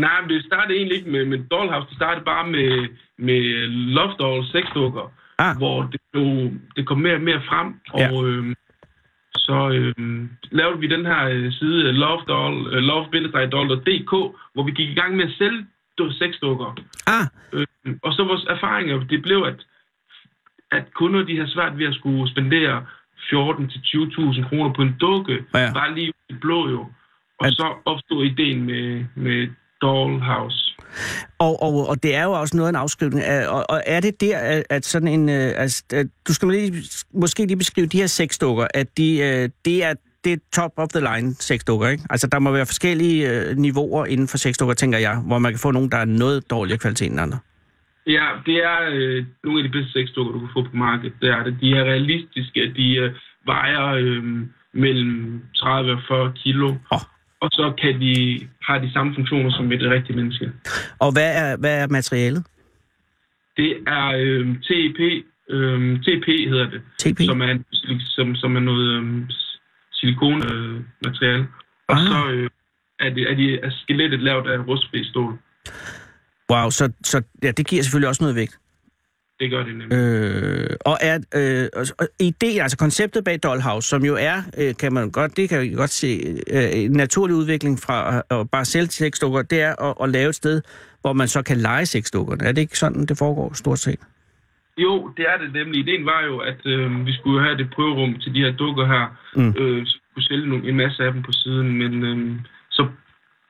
G: Nej, men det startede egentlig ikke med, med Dollhouse. Det startede bare med, med Love Doll sexdukker,
B: Ah.
G: hvor det, blev, det kom mere og mere frem. Og
B: Ja.
G: øhm, så øhm, lavede vi den her øh, side love doll, øh, love hvor vi gik i gang med at sælge du- sexdukker.
B: Ah,
G: Øhm, og så vores erfaringer, det blev, at, at kunder de har svært ved at skulle spendere 14-20.000 kroner på en dukke,
B: Ja.
G: ja. bare lige i det blå jo. Og
B: At-
G: så opstod ideen med, med Dollhouse.
B: Og, og, og det er jo også noget af en afskrivning. Er- Og, og er det der, at, at sådan en... øh, Altså, at du skal lige, måske lige beskrive de her seks dukker, at de, øh, det er det er top of the line seks dukker, ikke? Altså, der må være forskellige øh, niveauer inden for seks dukker, tænker jeg, hvor man kan få nogen, der er noget dårligere kvalitet end andre.
G: Ja, det er øh, nogle af de bedste sexdukker, du kan få på markedet. Det er det. De er realistiske, de øh, vejer øh, mellem 30 og 40 kilo.
B: Åh.
G: Og så kan de, har de samme funktioner som et rigtigt menneske.
B: Og hvad er, hvad er materialet?
G: Det er øh, TEP, øh, TP hedder det,
B: TP?
G: som er, som, som er noget øh, silikonmateriale. Øh, materiale. og
B: Ah.
G: så øh, er, det, er, de, er skelettet lavet af rustbestål.
B: Wow, så, så ja, det giver selvfølgelig også noget vægt.
G: Det gør det nemlig.
B: Øh, og er øh, og- og ideen, altså konceptet bag Dollhouse, som jo er, øh, kan man godt, det kan jeg godt se, øh, en naturlig udvikling fra at, at bare sælge sexdukker, det er at, at lave et sted, hvor man så kan lege sexdukkerne. Er det ikke sådan, det foregår stort set?
G: Jo, det er det nemlig. Ideen var jo, at øh, vi skulle have det prøverum til de her dukker her.
B: Mm.
G: Mm. Øh, så vi kunne sælge nogle, en masse af dem på siden, men øh, så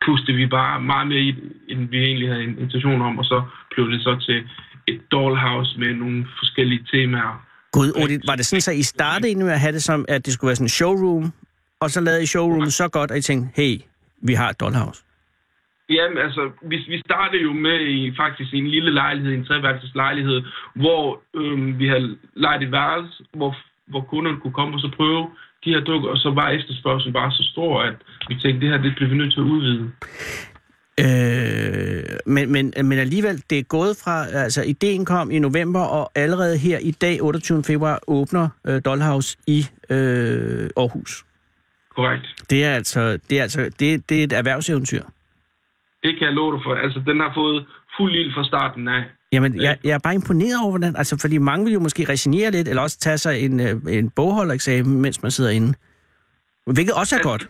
G: pustede vi bare meget mere i, det, end vi egentlig havde en intention om, og så blev det så til et dollhouse med nogle forskellige temaer.
B: Gud, Odin, var det sådan, så I startede egentlig med at have det som, at det skulle være sådan en showroom, og så lavede I showroomet så godt, at I tænkte, hey, vi har et Dollhouse.
G: Jamen altså, vi, vi startede jo med i faktisk i en lille lejlighed, en treværelses lejlighed, hvor øh, vi havde lejet et værelse, hvor, hvor kunderne kunne komme og så prøve de her dukker, og så var efterspørgselen bare så stor, at vi tænkte, det her det bliver vi nødt til at udvide.
B: Øh, men, men, men alligevel, det er gået fra, altså ideen kom i november, og allerede her i dag, 28. februar, åbner øh, Dollhouse i øh, Aarhus.
G: Korrekt.
B: Det er altså, det er, altså det, det er et erhvervseventyr.
G: Det kan jeg love dig for. Altså, den har fået fuld ild fra starten af.
B: Jamen, jeg, jeg er bare imponeret over, hvordan, altså fordi mange vil jo måske resignere lidt, eller også tage sig en, øh, en bogholdereksamen, mens man sidder inde. Hvilket også er godt.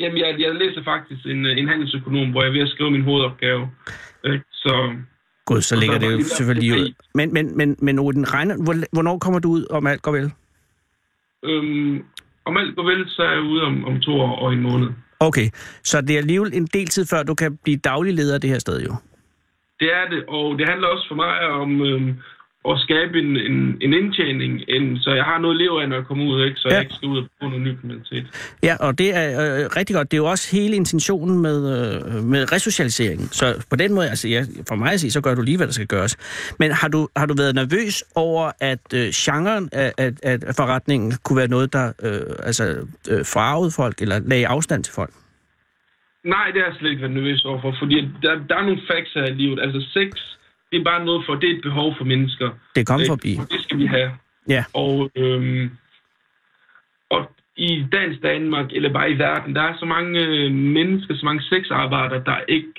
G: Jamen, jeg, jeg læser faktisk en, øh, en handelsøkonom, hvor jeg er ved at skrive min hovedopgave. Øh, Så
B: Gud, så ligger
G: der
B: det
G: var
B: jo
G: lige der-
B: selvfølgelig ud. Men, men, men, men Odin, regner, hvor- hvornår kommer du ud, om alt går vel?
G: øhm, om alt går vel, så er jeg ude om, om to år og en måned.
B: Okay, så det er alligevel en del tid før, du kan blive daglig leder af det her sted jo.
G: Det er det, og det handler også for mig om øhm, at skabe en, en, en indtjening, en, så jeg har noget at leve af, når jeg kommer ud, ikke? så
B: Ja.
G: jeg ikke skal ud og få noget ny kriminalitet.
B: Ja, og det er øh, rigtig godt. Det er jo også hele intentionen med, øh, med resocialiseringen. Så på den måde, altså ja, for mig at se, så gør du lige, hvad der skal gøres. Men har du, har du været nervøs over, at øh, genren af, af, af forretningen kunne være noget, der øh, altså, øh, farvede folk eller lagde afstand til folk?
G: Nej, det har jeg slet ikke været nervøs overfor, fordi at der, der er nogle facts her i livet. Altså sex, det er bare noget for, det er et behov for mennesker.
B: Det kom
G: Ikke?
B: forbi.
G: Og det skal vi have.
B: Ja.
G: Og, øhm, og i dagens Danmark, eller bare i verden, der er så mange øh, mennesker, så mange sexarbejdere, der ikke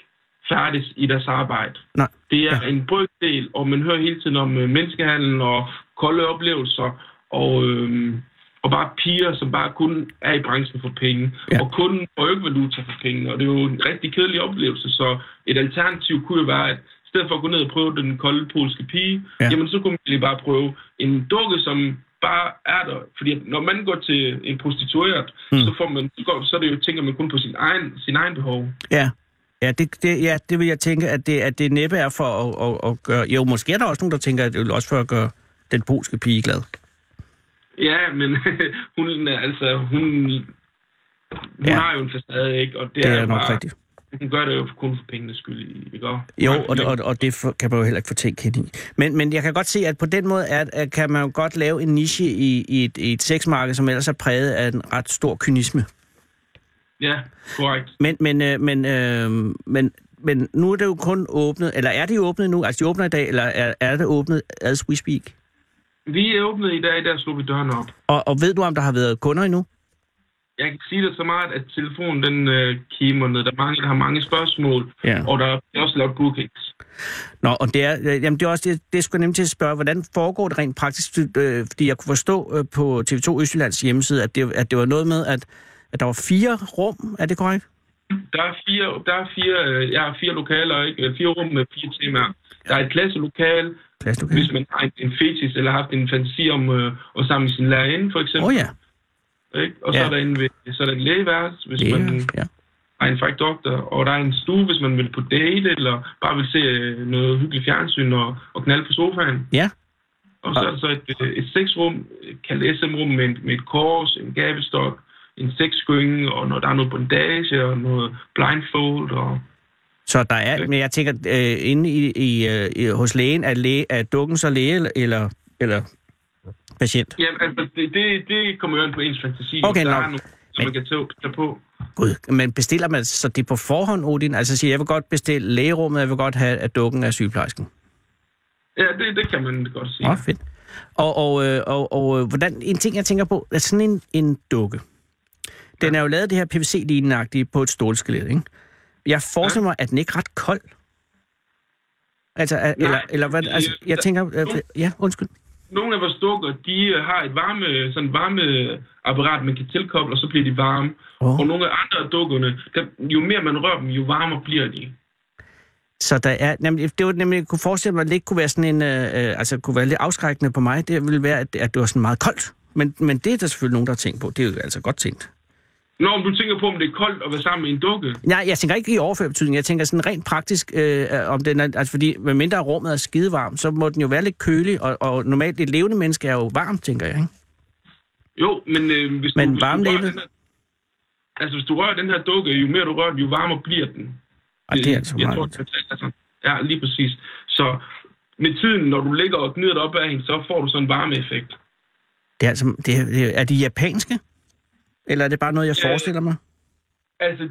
G: færdes i deres arbejde.
B: Nej.
G: Det er en brøkdel, og man hører hele tiden om øh, menneskehandel og kolde oplevelser, og, øhm, og bare piger, som bare kun er i branchen for penge,
B: Ja.
G: ja. og kun brøkvaluta for penge, og det er jo en rigtig kedelig oplevelse, så et alternativ kunne jo være, at i stedet for at gå ned og prøve den kolde polske pige,
B: Ja.
G: ja. jamen så kunne man lige bare prøve en dukke, som bare er der. Fordi at når man går til en prostitueret,
B: Mm.
G: mm. så, får man, så, går, så er det jo, tænker man kun på sin egen, sin egen behov.
B: Ja. Ja det, det, ja, det vil jeg tænke, at det, at det næppe er for at, at, at gøre... Jo, måske er der også nogen, der tænker, at det er også for at gøre den polske pige glad.
G: Ja, men hun, er- altså, hun, hun
B: Ja.
G: ja. har jo en facade, ikke? Og det,
B: Det er
G: jo
B: nok
G: bare,
B: rigtigt.
G: Hun gør det jo kun for pengenes skyld, ikke? Og-
B: Jo, og, og, og det for- kan man jo heller ikke få tænkt hende i. Men, men jeg kan godt se, at på den måde er, at kan man jo godt lave en niche i, i, et, i et sexmarked, som ellers er præget af en ret stor kynisme.
G: Ja, korrekt.
B: Men, men, øh, men, øh, men, men nu er det jo kun åbnet, eller er det åbnet nu? Altså, de åbner i dag, eller er, er det åbnet as we speak?
G: Vi er åbnet i dag, der slog vi døren op.
B: Og, og ved du, om der har været kunder endnu?
G: Jeg kan sige det så meget, at telefonen den øh, kimer ned. Der, er mange, der har mange spørgsmål,
B: Ja.
G: og der er også lavet bookings.
B: Nå, og det er, øh, jamen det er også det, det skulle jeg nemlig til at spørge, hvordan foregår det rent praktisk? Øh, fordi jeg kunne forstå øh, på TV2 Østjyllands hjemmeside, at det, at det var noget med, at, at der var fire rum, er det korrekt?
G: Der er fire, der er fire, øh, jeg har fire lokaler, ikke? Øh, fire rum med fire temaer. Der er et klasselokale,
B: Plads, okay.
G: hvis man har en, en fetis eller har haft en fantasi om øh, at samle sin lærerinde, for eksempel.
B: Åh oh, ja,
G: Ikke? Og så,
B: Ja.
G: er der en, ved- så er der en lægeværelse, hvis
B: det
G: man
B: er, ja.
G: har en fræk doktor. Og der er en stue, hvis man vil på date, eller bare vil se øh, noget hyggeligt fjernsyn og, og knalde på sofaen.
B: Ja.
G: Og så er der så et, øh, et sexrum, øh, kaldt SM-rum, med, en- med et kors, en gabestok, en sexskynge, og når der er noget bondage, og noget blindfold, og
B: Så der er, men jeg tænker, øh, inde i, i, øh, i, hos lægen, er, læge, er dukken så læge eller- eller, eller patient?
G: Jamen, altså, det, det, det kommer jo an på ens fantasi.
B: Okay,
G: der
B: nå.
G: er nogle, som man kan tage tage på.
B: Gud, men bestiller man så det på forhånd, Odin? Altså siger, jeg vil godt bestille lægerummet, jeg vil godt have, at dukken er sygeplejersken.
G: Ja, det, det kan man godt sige.
B: Nå, fedt. Og, og, øh, og, og øh, hvordan, en ting, jeg tænker på, er sådan en, en dukke. Den er jo lavet det her PVC-lignende på et stålskelet, ikke? Jeg forestiller mig, at den ikke er ret kold. Altså, er, eller, eller hvad, altså, jeg tænker, øh, ja, undskyld.
G: Nogle af vores dukker, de øh, har et varme, sådan varmeapparat, man kan tilkoble, og så bliver de varme.
B: Åh.
G: Oh. Og nogle af andre af dukkerne, der, jo mere man rører dem, jo varmere bliver de.
B: Så der er, nemlig, det var nemlig, jeg kunne forestille mig, at det ikke kunne være sådan en, øh, øh, altså kunne være lidt afskrækkende på mig, det ville være, at, at det var sådan meget koldt. Men, men det er der selvfølgelig nogen, der har tænkt på. Det er jo altså godt tænkt.
G: Nå, om du tænker på, om det er koldt at være sammen med en dukke?
B: Nej, jeg tænker ikke i overført betydning. Jeg tænker sådan rent praktisk, øh, om den er, altså fordi medmindre rummet er skidevarmt, så må den jo være lidt kølig, og, og normalt et levende menneske er jo varmt, tænker jeg. Ikke?
G: Jo, men øh, hvis,
B: Men
G: du, hvis, du rører
B: varmelæbet?
G: den her, altså, hvis du rører den her dukke, jo mere du rører den, jo varmere bliver den.
B: Og det er altså
G: jeg
B: meget
G: tror,
B: godt.
G: det er fantastisk, altså. Ja, lige præcis. Så med tiden, når du ligger og gnider dig op ad hende, så får du sådan en varmeeffekt.
B: Det er, altså, det er, det er, er de japanske? Eller er det bare noget, jeg
G: Øh,
B: forestiller mig?
G: Altså,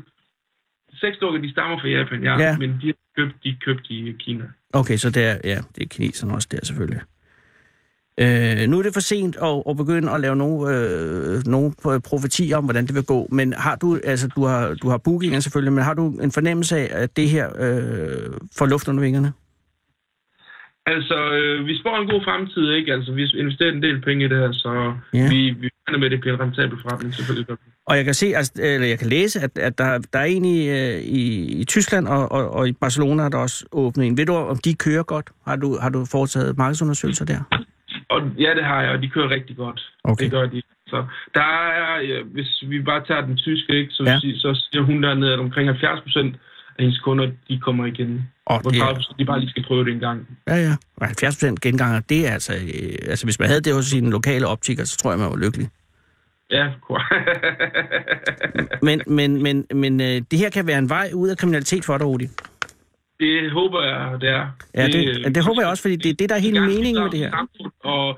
G: sexdukker, de stammer fra Japan, ja,
B: Ja.
G: ja. men de er købt, de er købt i Kina.
B: Okay, så det er, ja, det er kineserne også der selvfølgelig. Øh, nu er det for sent at, at begynde at lave nogle, øh, nogle pro- profetier om, hvordan det vil gå, men har du, altså du har, du har bookinger selvfølgelig, men har du en fornemmelse af, at det her øh, får luft under vingerne?
G: Altså, øh, vi spår en god fremtid, ikke? Altså, vi investerer en del penge i det her, så
B: Ja.
G: ja. vi, vi regner med, at det bliver en rentabel forretning, selvfølgelig. gør vi.
B: Og jeg kan se, altså, eller jeg kan læse, at, at der, der er en i, øh, i, i Tyskland og, og, og i Barcelona er der også åbnet en. Ved du, om de kører godt? Har du, har du foretaget markedsundersøgelser der?
G: Og ja, det har jeg, og de kører rigtig godt.
B: Okay.
G: Det gør de. Så der er, ja, hvis vi bare tager den tyske, ikke? Så,
B: Ja.
G: ja. så siger hun dernede, at omkring 70 procent af hendes kunder, de kommer igen.
B: Og
G: Hvor
B: det er-
G: 30 procent, de bare lige skal prøve det en gang.
B: Ja, ja. Og 70 procent genganger, det er altså... Øh, altså, hvis man havde det hos sine lokale optiker, så tror jeg, man var lykkelig.
G: Ja, korrekt.
B: Men, men, men, men øh, det her kan være en vej ud af kriminalitet for dig, Rudi.
G: Det håber jeg, det øh, er.
B: Ja, øh, det- det håber jeg også, fordi det er det, der er hele
G: gerne
B: meningen med det her.
G: bidrage til samfundet Og,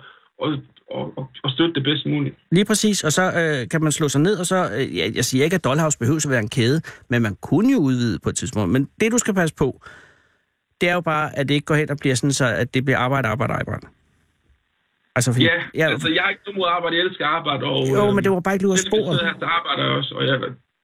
G: og, og, og, og støtte det bedst muligt.
B: Lige præcis, og så øh, kan man slå sig ned, og så, øh, jeg, jeg siger ikke, at Dollhouse behøver at være en kæde, men man kunne jo udvide på et tidspunkt. Men det, du skal passe på, det er jo bare, at det ikke går hen og bliver sådan, så, at det bliver arbejde, arbejde, arbejde. Altså, fordi,
G: Ja, ja, altså jeg er ikke så mod arbejde, jeg elsker arbejde. Og,
B: jo, men det var bare ikke lige ud af
G: sporet.
B: sporet.
G: Jeg arbejder jeg også, og jeg,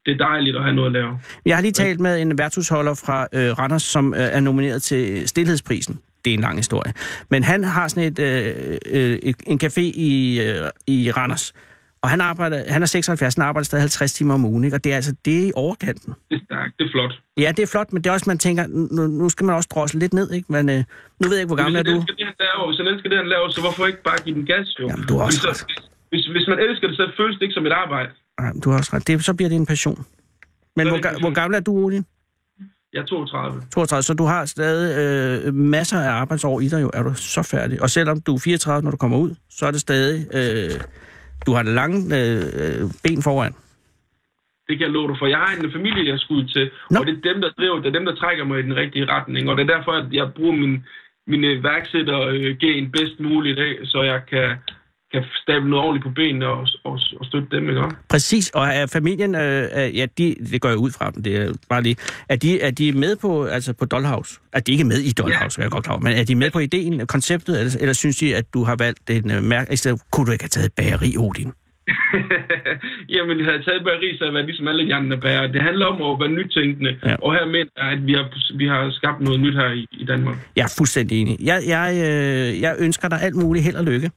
G: det er dejligt at have noget at lave.
B: Jeg har lige talt med en værtshusholder fra øh, Randers, som øh, er nomineret til Stilhedsprisen. Det er en lang historie. Men han har sådan et, øh, øh, et- en café i, øh, i Randers. Og han, arbejder, han er 76, han arbejder stadig 50 timer om ugen, ikke? og det er altså det er i overkanten.
G: Det er stærkt, det er flot.
B: Ja, det er flot, men det er også, man tænker, nu, nu skal man også drosle lidt ned, ikke? Men øh, nu ved jeg ikke, hvor gammel er
G: hvis han
B: du?
G: elsker det, han laver, hvis han elsker det, han laver, så hvorfor ikke bare give den gas, jo?
B: Jamen, du har også
G: hvis,
B: ret.
G: hvis, hvis man elsker det, så føles det ikke som et arbejde.
B: Nej, Ah, du har også ret. Det, så bliver det en passion. Men
G: Så er
B: hvor,
G: det en
B: ga-
G: passion.
B: hvor gammel er du, Olin?
G: Jeg er 32.
B: 32, så du har stadig øh, masser af arbejdsår i dig, jo, er du så færdig. Og selvom du er 34, når du kommer ud, så er det stadig, øh, du har det lange øh, ben foran.
G: Det kan jeg love dig for. Jeg har en familie, jeg skulle ud til,
B: Nå.
G: og det er dem, der driver, det er dem, der trækker mig i den rigtige retning, og det er derfor, at jeg bruger min, min øh, iværksættergen bedst muligt, ikke? så jeg kan, kan stable noget ordentligt på benene og, og, og støtte dem, ikke? også?
B: Præcis, og er familien, øh, er- ja, de, det går jeg ud fra dem, det er bare lige, er de, er de med på, altså på Dollhouse? Er de ikke med i Dollhouse, ja. er jeg godt klar over, men er de med på ideen, konceptet, eller, eller synes de, at du har valgt en øh, mærke, i stedet kunne du ikke have taget et bageri, Odin?
G: Jamen, havde jeg taget bageri, så havde jeg været ligesom alle de andre bager. Det handler om at være nytænkende,
B: Ja.
G: ja. og her mener jeg, at vi har, vi har skabt noget nyt her i, i Danmark.
B: Jeg er fuldstændig enig. Jeg, jeg, øh, jeg ønsker dig alt muligt held og lykke.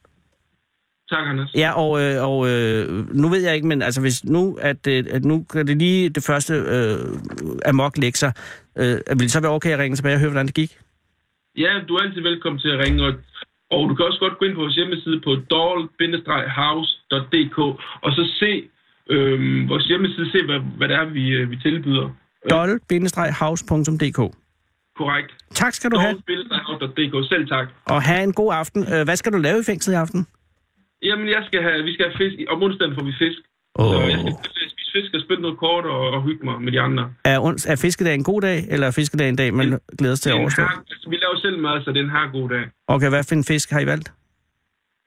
G: Tak, Anders.
B: Ja, og, øh, og øh, nu ved jeg ikke, men altså hvis nu, at, øh, at nu kan det lige det første øh, amok lægge sig, øh, vil det så være okay at ringe tilbage og høre, hvordan det gik?
G: Ja, du er altid velkommen til at ringe, og, og du kan også godt gå ind på vores hjemmeside på doll-house.dk og så se øhm, vores hjemmeside, se hvad, hvad det er, vi, øh, vi tilbyder.
B: doll-house.dk
G: Korrekt.
B: Tak skal du have,
G: doll-house.dk, selv tak.
B: og have en god aften. Øh, Hvad skal du lave i fængslet i aften?
G: Jamen, jeg skal have, vi skal have fisk. Om onsdagen får vi fisk. Så
B: Øh,
G: jeg skal spise fisk og spille noget kort og, og hygge mig med de andre.
B: Er, ons, er fiskedag en god dag, eller er fiskedag en dag, man glæder sig til at
G: Det er en
B: overstå?
G: har, altså, vi laver selv mad, så det er en her god dag.
B: Okay, hvad for en fisk har I valgt?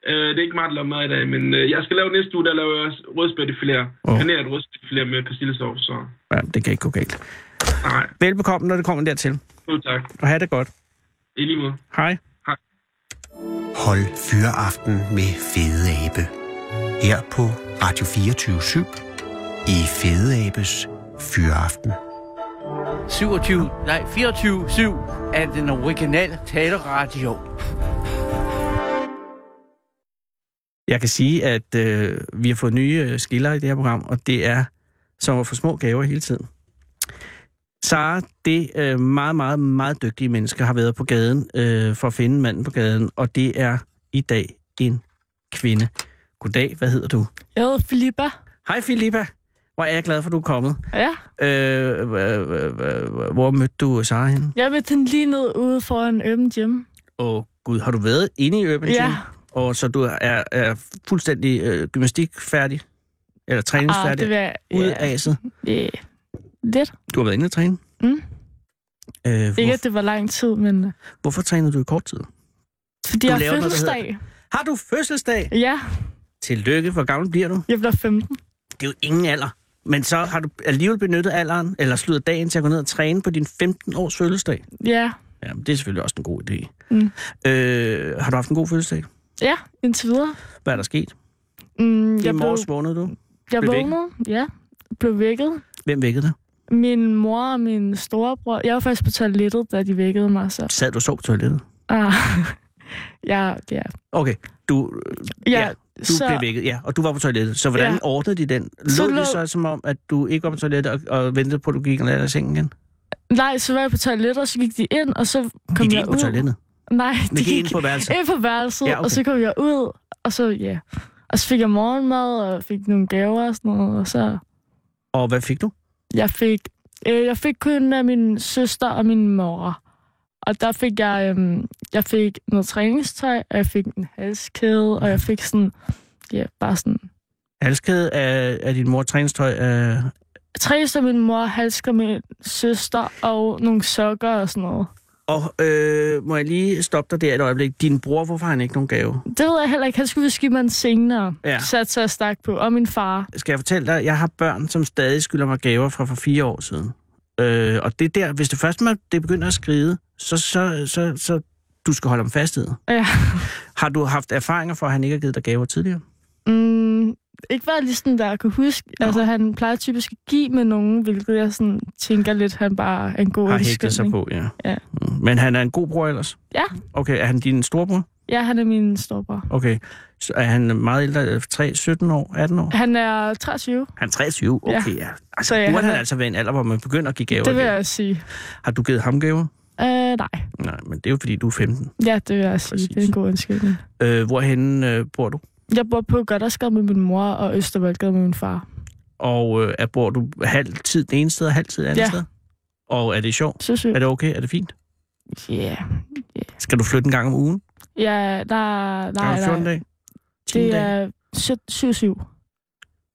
G: Øh, det er ikke mig, der laver mad i dag, men øh, jeg skal lave næste uge, der laver jeg rødspættefiléer.
B: Åh.
G: Oh. Kaneret rødspættefiléer med persillesovs, så
B: Ja, det kan ikke gå galt.
G: nej.
B: Velbekomme, når det kommer dertil,
G: Jo, tak.
B: og have det godt.
G: I lige måde.
B: Hej.
D: Hold Fyraften med Fede Abe. Her på Radio 24 i Fede Abes Fyraften.
H: 27, nej 24-7 er den originale taleradio.
B: Jeg kan sige, at øh, vi har fået nye øh, skiller i det her program, og det er som at få små gaver hele tiden. Sara, det øh, meget, meget, meget dygtige menneske, har været på gaden øh, for at finde manden på gaden, og det er i dag en kvinde. Goddag, hvad hedder du?
I: Jeg hedder Filippa.
B: Hej Filippa, hvor er jeg glad for, at du er kommet.
I: Ja,
B: Øh, øh, øh, øh, hvor mødte du Sara henne?
I: jeg mødte hende lige ned ude foran Open Gym.
B: Åh gud, har du været inde i Urban Gym?
I: Ja.
B: Og så du er, er fuldstændig øh, gymnastikfærdig? Eller
I: Ah,
B: træningsfærdig?
I: det var...
B: ud
I: ja,
B: af aset.
I: ja, lidt.
B: Du har været inde og træne.
I: Mm.
B: Øh,
I: Ikke,
B: hvor,
I: at det var lang tid, men... øh,
B: hvorfor trænede du i kort tid?
I: Fordi jeg har
B: laver noget, der
I: fødselsdag.
B: Har du fødselsdag?
I: Ja,
B: Tillykke, hvor gammel bliver du?
I: jeg bliver 15.
B: Det er jo ingen alder. Men så har du alligevel benyttet alderen, eller sluttet dagen til at gå ned og træne på din 15-års fødselsdag.
I: Ja,
B: Ja, men det er selvfølgelig også en god idé.
I: Mm.
B: Øh, har du haft en god fødselsdag?
I: ja indtil videre.
B: Hvad er der sket?
I: Mm,
B: I
I: jeg blev,
B: morges vågnede du.
I: jeg
B: blev vækket.
I: vågnede, ja, blev vækket.
B: Hvem vækkede dig?
I: Min mor og min storebror... Jeg var faktisk på toilettet, da de vækkede mig, så...
B: Sad du og sov på toilettet?
I: Ah, ja, ja.
B: Okay, du, Ja, du så... blev vækket, ja, og du var på toilettet. Så hvordan ja.
I: Ja.
B: ordnede de den?
I: Så
B: Lå det
I: lå-
B: så som om, at du ikke var på toilettet og, og ventede på, at du gik ned af sengen igen?
I: Nej, så var jeg på toilettet, og så gik de ind, og så kom
B: Gik de
I: jeg
B: ind
I: ud.
B: på toilettet?
I: Nej,
B: Men
I: de
B: gik
I: gik
B: ind på værelset?
I: ind på værelset,
B: Ja,
I: ja,
B: okay.
I: okay. og så kom jeg ud, og så, ja. Og så fik jeg morgenmad, og fik nogle gaver og sådan noget, og så...
B: Og hvad fik du?
I: Jeg fik, øh, jeg fik kun af min søster og min mor. Og der fik jeg, øh, jeg fik noget træningstøj, og jeg fik en halskæde, og jeg fik sådan, ja, bare sådan...
B: Halskæde af, af din mor træningstøj af...
I: Træs af min mor, halsker min søster og nogle sokker og sådan noget.
B: Og øh, må jeg lige stoppe dig der et øjeblik. Din bror, hvorfor har han ikke nogen gave?
I: Det ved jeg heller ikke. Han skulle vist give mig en senere
B: Ja.
I: ja. sat sig stak på. Og min far.
B: Skal jeg fortælle dig, jeg har børn, som stadig skylder mig gaver fra for fire år siden. Øh, og det er der, hvis det først man, det begynder at skride, så, så, så, så du skal holde om fast i det.
I: Ja.
B: Har du haft erfaringer for, at han ikke har givet dig gaver tidligere?
I: Mm, ikke bare lige sådan, der jeg kunne huske.
B: Nå.
I: Nå. Altså, han plejer typisk at give med nogen, hvilket jeg sådan tænker lidt, han bare er en god
B: har hægtet sig
I: undskyldning.
B: på, ja.
I: Ja.
B: Mm. Men han er en god bror ellers?
I: Ja.
B: Okay, er han din storebror?
I: Ja, han er min storbror.
B: Okay. Så er han meget ældre, øh, 3, 17 år, 18 år?
I: Han er 23,
B: Han er 23,
I: Ja.
B: okay, ja. Altså,
I: Så ja,
B: burde
I: han
B: han
I: er-
B: altså være en alder, hvor man begynder at give gaver?
I: det vil
B: igen?
I: jeg sige.
B: Har du givet ham gaver?
I: Øh, nej,
B: Nej, men det er jo, fordi du er 15.
I: ja, det vil jeg sige. Det er
B: Præcis.
I: en god undskyldning.
B: Øh, hvorhenne øh, bor du? Jeg
I: bor på Goddersgade med min mor, og Østervoldgade med min far.
B: Og øh, er, bor du halv tid det ene sted og halv tid det andet
I: Ja.
B: sted? Og er det sjovt?
I: Synes
B: Er
I: jeg.
B: det okay? Er det fint?
I: Ja,
B: Skal du flytte en gang om ugen?
I: ja der,
B: Gang
I: nej,
B: om 14
I: nej.
B: dage? 10
I: Det
B: dage?
I: er 7-7.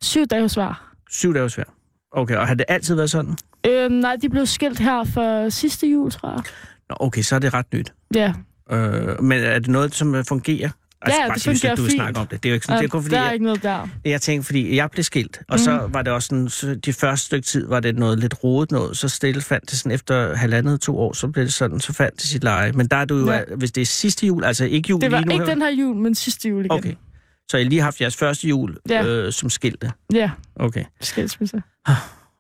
I: 7 dage hos var.
B: Syv dage er svært. Okay, og har det altid været sådan?
I: Øhm, nej, de blev skilt her for sidste jul, tror jeg.
B: Nå, okay, så er det ret nyt.
I: Ja,
B: Øh, men er det noget, som øh, fungerer?
I: Ja,
B: bare
I: det
B: sig, hvis
I: fungerer
B: ikke du vil
I: fint.
B: snakke om det. Det er jo ikke sådan,
I: og
B: det er kun fordi,
I: der er
B: jeg,
I: ikke noget der.
B: jeg tænkte, fordi jeg blev skilt, og så
I: Mhm.
B: var det også sådan, så de første stykke tid var det noget lidt rodet noget, så stille fandt det sådan efter halvandet to år, så blev det sådan, så fandt det sit leje. Men der er du jo,
I: Ja.
B: ja. hvis det er sidste jul, altså ikke jul
I: Det var
B: lige nu
I: ikke
B: her.
I: den her jul, men sidste jul igen.
B: Okay. Så I lige har haft jeres første jul
I: Ja.
B: øh, som skilte.
I: Ja,
B: Okay.
I: skilsmisse.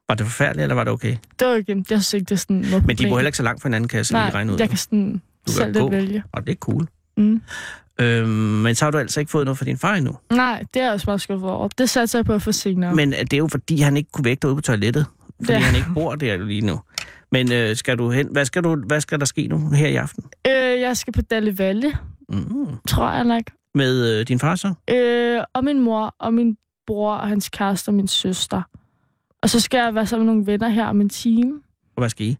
B: Var det forfærdeligt, eller var det okay?
I: Det var ikke, jeg synes ikke, det er sådan noget
B: Men de bor
I: problem.
B: heller ikke så langt fra hinanden, kan jeg sådan lige
I: Nej,
B: regne ud.
I: jeg kan sådan
B: kan
I: selv
B: gå.
I: lidt vælge.
B: Og det er cool.
I: Mm.
B: Øhm, men så har du altså ikke fået noget fra din far endnu.
I: Nej, det er jeg også meget skuffet over. Det satte jeg på at få senere.
B: Men øh, det er jo fordi, han ikke kunne vække dig ude på toilettet. Fordi
I: Ja.
B: han ikke bor der lige nu. Men øh, skal du hen? Hvad skal, du, hvad skal der ske nu her i aften?
I: Øh, jeg skal på Dalle Valle,
B: Mm.
I: tror jeg nok.
B: Med øh, din far så?
I: Øh, og min mor, og min bror, og hans kæreste, og min søster. Og så skal jeg være sammen med nogle venner her om en time.
B: Og hvad skal I?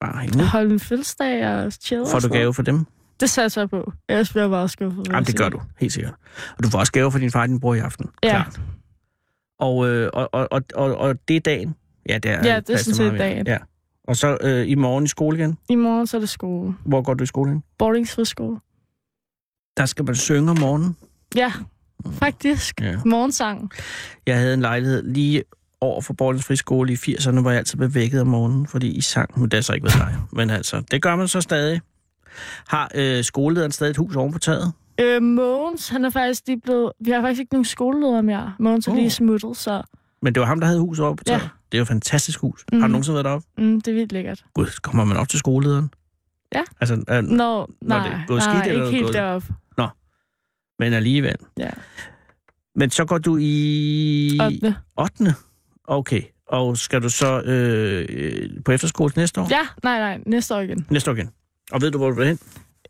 B: Bare hænge. ud.
I: Holde en fødselsdag og chill.
B: Får du gave for dem?
I: Det satte jeg på. Ellers bliver jeg meget skuffet. vil jeg
B: Jamen, det
I: sige.
B: gør du, helt sikkert. Og du får også gave fra din far og din bror i aften.
I: Ja.
B: Klart. Og, øh, og, og, og, og, og det er dagen. Ja, det er,
I: Ja, det er
B: passer
I: sådan set
B: meget mere.
I: dagen.
B: Ja. Og så øh, i morgen i skole igen.
I: I morgen så er det skole.
B: Hvor går du i skole hen?
I: Boardingsfriskole.
B: Der skal man synge om morgenen.
I: Ja, faktisk.
B: Mm. Ja.
I: Morgensang.
B: Jeg havde en lejlighed lige over for Borgens Friskole i 80'erne, hvor jeg altid blev vækket om morgenen, fordi I sang. Men det er så ikke ved dig. Men altså, det gør man så stadig. Har øh, skolelederen stadig et hus oven på taget?
I: Øh, Mogens, han er faktisk lige blevet... Vi har faktisk ikke nogen skoleleder mere. Mogens er
B: Uh.
I: lige smuttet, så
B: Men det var ham, der havde huset oven på
I: Ja.
B: taget. Det er jo et fantastisk hus. Har du
I: Mhm.
B: nogensinde været deroppe?
I: mm, det er vildt lækkert.
B: Gud, så kommer man op til skolelederen?
I: Ja. Mhm.
B: Altså, øh,
I: Nå,
B: Nå,
I: nej,
B: det er
I: det
B: gået
I: nej,
B: skidt, eller er det
I: ikke helt
B: gået-
I: derop.
B: men alligevel.
I: Ja.
B: Men så går du i...
I: 8.
B: 8. Okay. Og skal du så øh, øh, på efterskole til næste år?
I: Ja, nej, nej, næste år igen.
B: Næste år igen. Og ved du, hvor du vil hen?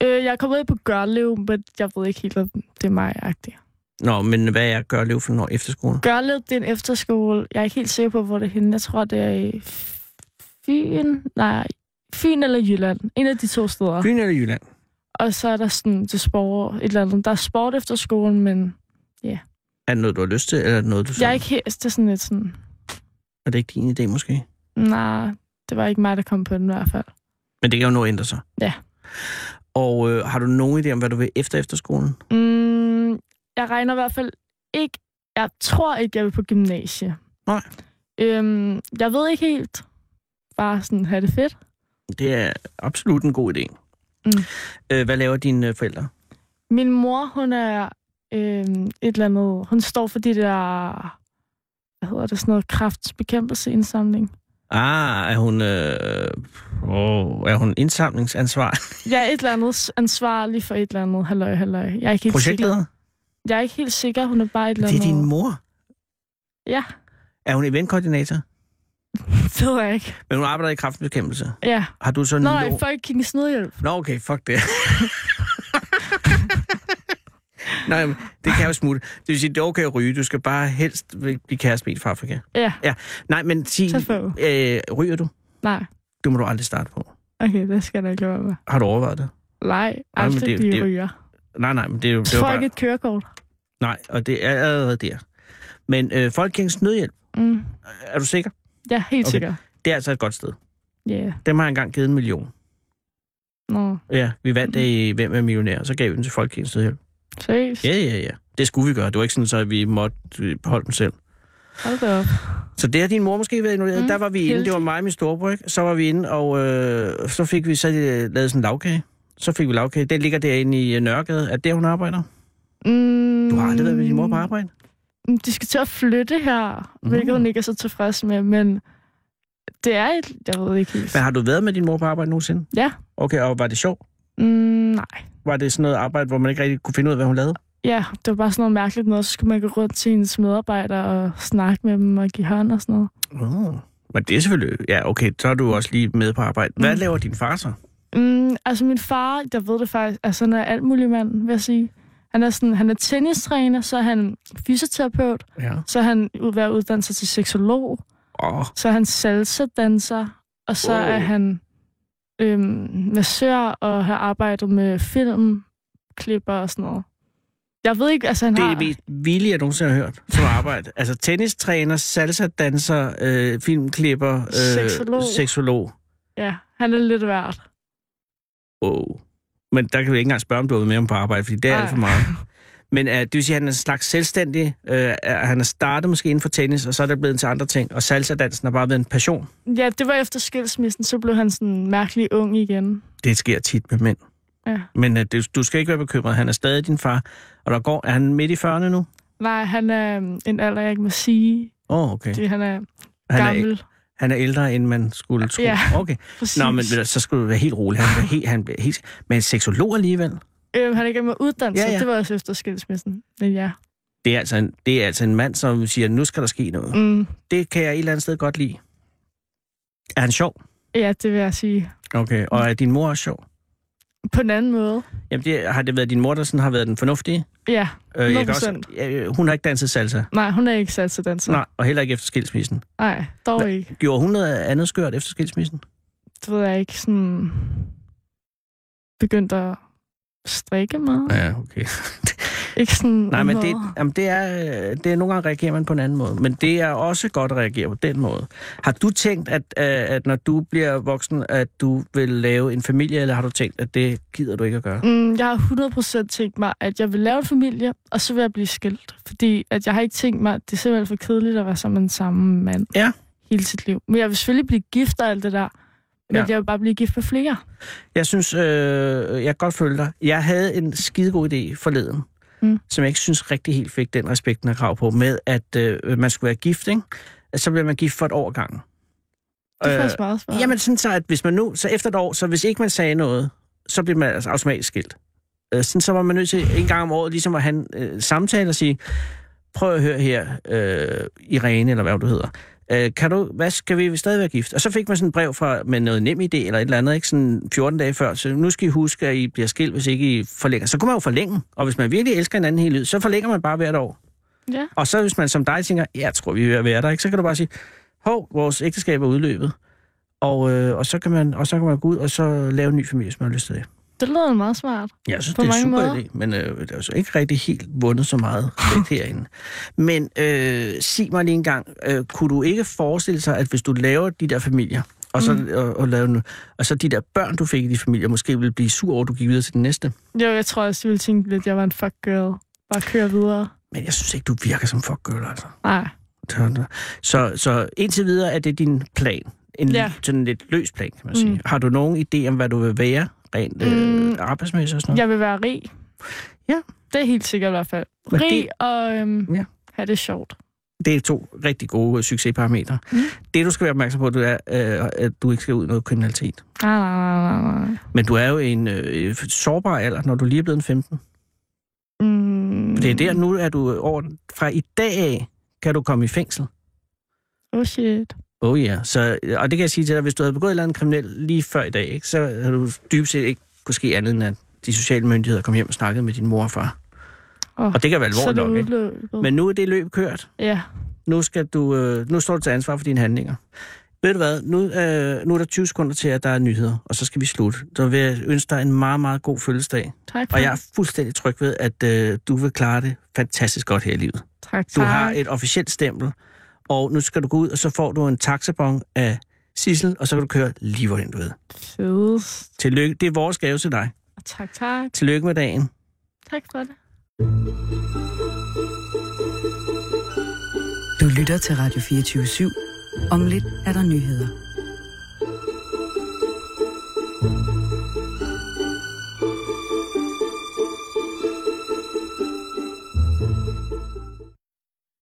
I: Øh, jeg er kommet ud på Gørlev, men jeg ved ikke helt, om det er mig-agtigt.
B: Nå, men hvad er Gørlev for når efterskole?
I: Gørlev, det er en efterskole. Jeg er ikke helt sikker på, hvor det er henne. Jeg tror, det er i Fyn. Nej, Fyn eller Jylland. En af de to steder.
B: Fyn eller Jylland?
I: Og så er der sådan til sport, et eller andet. Der er sport efter skolen, men
B: Er det noget, du har lyst til, eller er det noget, du
I: jeg er
B: sådan-
I: ikke helt... Det er sådan lidt sådan...
B: Er det ikke din idé, måske?
I: Nej, det var ikke mig, der kom på den i hvert fald.
B: Men det kan jo nå at ændre sig.
I: Ja.
B: Og øh, har du nogen idé om, hvad du vil efter efterskolen?
I: Mm, jeg regner i hvert fald ikke... Jeg tror ikke, jeg vil på gymnasie.
B: Nej.
I: Øhm, jeg ved ikke helt. Bare sådan have det fedt.
B: Det er absolut en god idé.
I: Mm.
B: Øh, hvad laver dine øh, forældre?
I: Min mor, hun er øhm, et eller andet... Hun står for de der... Hvad hedder det? Sådan noget kraftbekæmpelseindsamling.
B: Ah, er hun, øh, oh, er hun indsamlingsansvar?
I: Jeg er et eller andet s- ansvarlig for et eller andet. Halløj, halløj. Jeg er ikke helt sikker.
B: Projektleder?
I: Jeg er ikke helt sikker. Hun er bare et eller
B: Det er
I: andet...
B: din mor.
I: Ja,
B: Er hun eventkoordinator?
I: det ved jeg ikke.
B: Men hun arbejder i kraftbekæmpelse.
I: Ja.
B: Har du så en
I: Nå,
B: lille
I: nej,
B: ord-
I: fucking snedhjælp.
B: Nå, okay, fuck det. Nej, men det kan jo smutte. Det vil sige, det er okay at ryge. Du skal bare helst blive kæreste med en fra Afrika.
I: Ja,
B: Nej, men sig,
I: Tag på.
B: øh, ryger du?
I: nej.
B: Det må du aldrig starte på.
I: Okay, det skal jeg da ikke lade være med.
B: Har du overvejet det?
I: Nej,
B: men
I: aldrig
B: det-
I: blive
B: det-
I: ryger.
B: Nej, nej, men det er jo
I: Jeg
B: det er jo
I: tror
B: bare...
I: ikke et kørekort.
B: Nej, og det er allerede der. Men øh, Folkekirkens Nødhjælp,
I: Mm.
B: er du sikker?
I: Ja, helt
B: Okay.
I: okay. sikker.
B: Det er altså et godt sted.
I: Ja, yeah.
B: Dem har jeg engang givet en million.
I: Nå,
B: Ja, vi vandt det i Hvem er millionær, så gav vi den til Folkekirkens Nødhjælp.
I: seriøst?
B: Ja, ja, ja. Det skulle vi gøre. Det var ikke sådan, så vi måtte øh, beholde den selv.
I: Hold da op.
B: Så det har din mor måske været involveret. Mm,
I: Mm,
B: der var vi inde, det var
I: heldigt.
B: mig og min storebror, ikke? Så var vi inde, og øh, så fik vi så øh, lavet sådan en lavkage. Så fik vi lavkage. Den ligger derinde i øh, Nørregade. Er det, der, hun arbejder?
I: Mm,
B: Du har aldrig været med din mor på arbejde?
I: Mm, De skal til at flytte her, mm. hvilket hun ikke er så tilfreds med, men det er et... Jeg ved ikke helt.
B: Men har du været med din mor på arbejde nogensinde?
I: Ja.
B: Okay, og var det sjovt?
I: Mm, nej.
B: Var det sådan noget arbejde, hvor man ikke rigtig kunne finde ud af, hvad hun lavede?
I: Ja, det var bare sådan noget mærkeligt noget. Så skulle man gå rundt til hendes medarbejdere og snakke med dem og give hånd og sådan noget.
B: Oh. Men det er selvfølgelig... Ja, okay, så er du også lige med på arbejde. Hvad
I: Mm.
B: laver din far så?
I: Mm, altså min far, jeg ved det faktisk, altså han er alt mulig mand, vil jeg sige. Han er, sådan, han er tennistræner, så er han fysioterapeut,
B: Ja.
I: så er han ud ved at uddanne sig til seksolog,
B: Åh,
I: så er han salsa-danser, og så
G: Wow.
I: er han øhm, massør og har arbejdet med film, klipper og sådan noget. Jeg ved ikke, altså han
B: det er
I: har...
B: det mest vilde, jeg nogensinde har hørt som arbejde. Altså tennistræner, salsa-danser, øh, filmklipper, øh,
I: Seksolog.
B: seksolog.
I: Ja, han er lidt værd.
B: Wow. Men der kan vi ikke engang spørge, om du har været med ham på arbejde, fordi det er
I: Ej.
B: alt for meget. Men øh, det vil sige, at han er en slags selvstændig. Øh, er- han har startet måske inden for tennis, og så er det blevet til andre ting. Og salsa-dansen har bare været en passion.
I: Ja, det var efter skilsmissen, så blev han sådan mærkelig ung igen.
B: Det sker tit med mænd.
I: Ja.
B: Men øh, det, du skal ikke være bekymret. Han er stadig din far. Og der går, er han midt i 40'erne nu?
I: Nej, han er øhm, en alder, jeg ikke må sige,
B: Åh, oh, okay.
I: fordi han er
B: Han er,
I: gammel.
B: han er ældre, end man skulle tro.
I: Ja.
B: Okay.
I: Præcis.
B: Nå, men ved du, så skulle du være helt rolig. Han bliver helt, han bliver helt, men en seksolog alligevel,
I: øhm, han er i gang med at uddanne sig.
B: Ja, ja.
I: Det var også efter skilsmissen. Men ja.
B: det er, altså en, det er altså en mand, som siger, nu skal der ske noget.
I: Mm,
B: Det kan jeg et eller andet sted godt lide. Er han sjov?
I: ja, det vil jeg sige.
B: Okay. Og er din mor også sjov?
I: På en anden måde.
B: Jamen, det, har det været din mor, der sådan har været den fornuftige?
I: Ja,
B: Øh, jeg kan
I: 100%.
B: også, øh, hun har ikke danset salsa.
I: nej, hun er ikke sat til danser.
B: Nej, og heller ikke efter skilsmissen.
I: nej dog
B: Hva-
I: ikke.
B: Gjorde hun noget andet skørt efter skilsmissen?
I: Det ved jeg ikke. Sådan... Begyndt at strikke meget.
B: Ja, okay.
I: Ikke sådan...
B: Nej, men det,
I: noget.
B: jamen det, er, øh, det er nogle gange reagerer man på en anden måde, men det er også godt at reagere på den måde. Har du tænkt, at, øh, at når du bliver voksen, at du vil lave en familie, eller har du tænkt, at det gider du ikke at gøre?
I: Mm, jeg har 100% tænkt mig, at jeg vil lave en familie, og så vil jeg blive skilt. Fordi at jeg har ikke tænkt mig, at det er simpelthen for kedeligt at være sammen med den samme mand
B: Ja.
I: hele sit liv. Men jeg vil selvfølgelig blive gift og alt det der. Men
B: Ja.
I: ja. jeg vil bare blive gift med flere.
B: Jeg synes, øh, jeg kan godt følge dig. Jeg havde en skidegod idé forleden, mm.
I: Mm.
B: som jeg ikke synes rigtig helt fik den respekt, den har krav på, med at øh, man skulle være gift, ikke? Så bliver man gift for et år gangen. Øh,
I: Det er faktisk meget smart.
B: Jamen sådan så, at hvis man nu, så efter et år, så hvis ikke man sagde noget, så bliver man altså automatisk skilt. Øh, Sådan, så var man nødt til en gang om året ligesom at have en øh, samtale og sige, prøv at høre her, øh, Irene, eller hvad du hedder, øh, kan du, hvad skal vi, vi stadig være gift? Og så fik man sådan et brev fra, med noget nem idé eller et eller andet, ikke? Sådan 14 dage før, så nu skal I huske, at I bliver skilt, hvis ikke I forlænger. Så kunne man jo forlænge, og hvis man virkelig elsker hinanden hele livet, så forlænger man bare hvert år.
I: Ja.
B: Og så hvis man som dig tænker, ja, jeg tror, vi er ved at være der, ikke? så kan du bare sige, hov, vores ægteskab er udløbet. Og, øh, og, så kan man, og så kan man gå ud og så lave en ny familie, hvis man har lyst til det.
I: Det lyder meget smart.
B: Jeg synes,
I: På
B: det er en
I: mange
B: super
I: måder.
B: idé, men øh, det er jo så ikke rigtig helt vundet så meget vægt herinde. Men øh, sig mig lige en gang, øh, kunne du ikke forestille sig, at hvis du laver de der familier, og så, mm. og, og, laver, nu- og så de der børn, du fik i de familier, måske ville blive sur over, at du gik videre til den næste?
I: Jo, jeg tror også, de ville tænke lidt, at jeg var en fuck girl. Bare køre videre.
B: Men jeg synes ikke, du virker som fuck girl, altså.
I: Nej.
B: Så, så indtil videre er det din plan. En ja.
I: Ja.
B: sådan lidt løs plan, kan man sige. Mm.
I: Mm.
B: Har du nogen idé om, hvad du vil være rent mm. øh,
I: Mm.
B: arbejdsmæssigt og sådan noget?
I: Jeg vil være rig.
B: Ja.
I: Det er helt sikkert i hvert fald.
B: Men
I: Rig
B: det-
I: og øhm,
B: Ja.
I: ja. have det sjovt.
B: Det er to rigtig gode øh, succesparametre. Mm.
I: Mm.
B: Det, du skal være opmærksom på, det er, øh, at du ikke skal ud i noget kriminalitet.
I: Nej, nej, nej, nej, nej.
B: Men du er jo i en øh, sårbar alder, når du lige er blevet en 15.
I: Mm.
B: Mm. Det er der nu, at du over, fra i dag af kan du komme i fængsel.
I: Oh shit.
B: Oh yeah. så, og det kan jeg sige til dig, hvis du havde begået et eller andet kriminel lige før i dag, ikke, så havde du dybest set ikke kunne ske andet, end at de sociale myndigheder kom hjem og snakkede med din mor og far.
I: Oh.
B: Og det kan være
I: så er
B: alvorligt
I: det
B: nok, ikke?
I: udelukket.
B: Men nu er det løb kørt.
I: Ja.
B: Nu, skal du, øh, nu står du til ansvar for dine handlinger. Ved du hvad, nu, øh, nu er der 20 sekunder til, at der er nyheder, og så skal vi slutte. Så vil jeg ønske dig en meget, meget god fødselsdag.
I: Tak for
B: Og jeg
I: det.
B: er fuldstændig tryg ved, at øh, du vil klare det fantastisk godt her i livet.
I: tak,
B: Du
I: tak.
B: har et officielt stempel, og nu skal du gå ud, og så får du en taxabon af Sissel, og så kan du køre lige hvorhen du ved.
I: Fedt.
B: Tillykke. Det er vores gave til dig.
I: Tak, tak.
B: Tillykke med dagen.
I: Tak for det.
A: Du lytter til Radio 24 /7. Om lidt er der nyheder.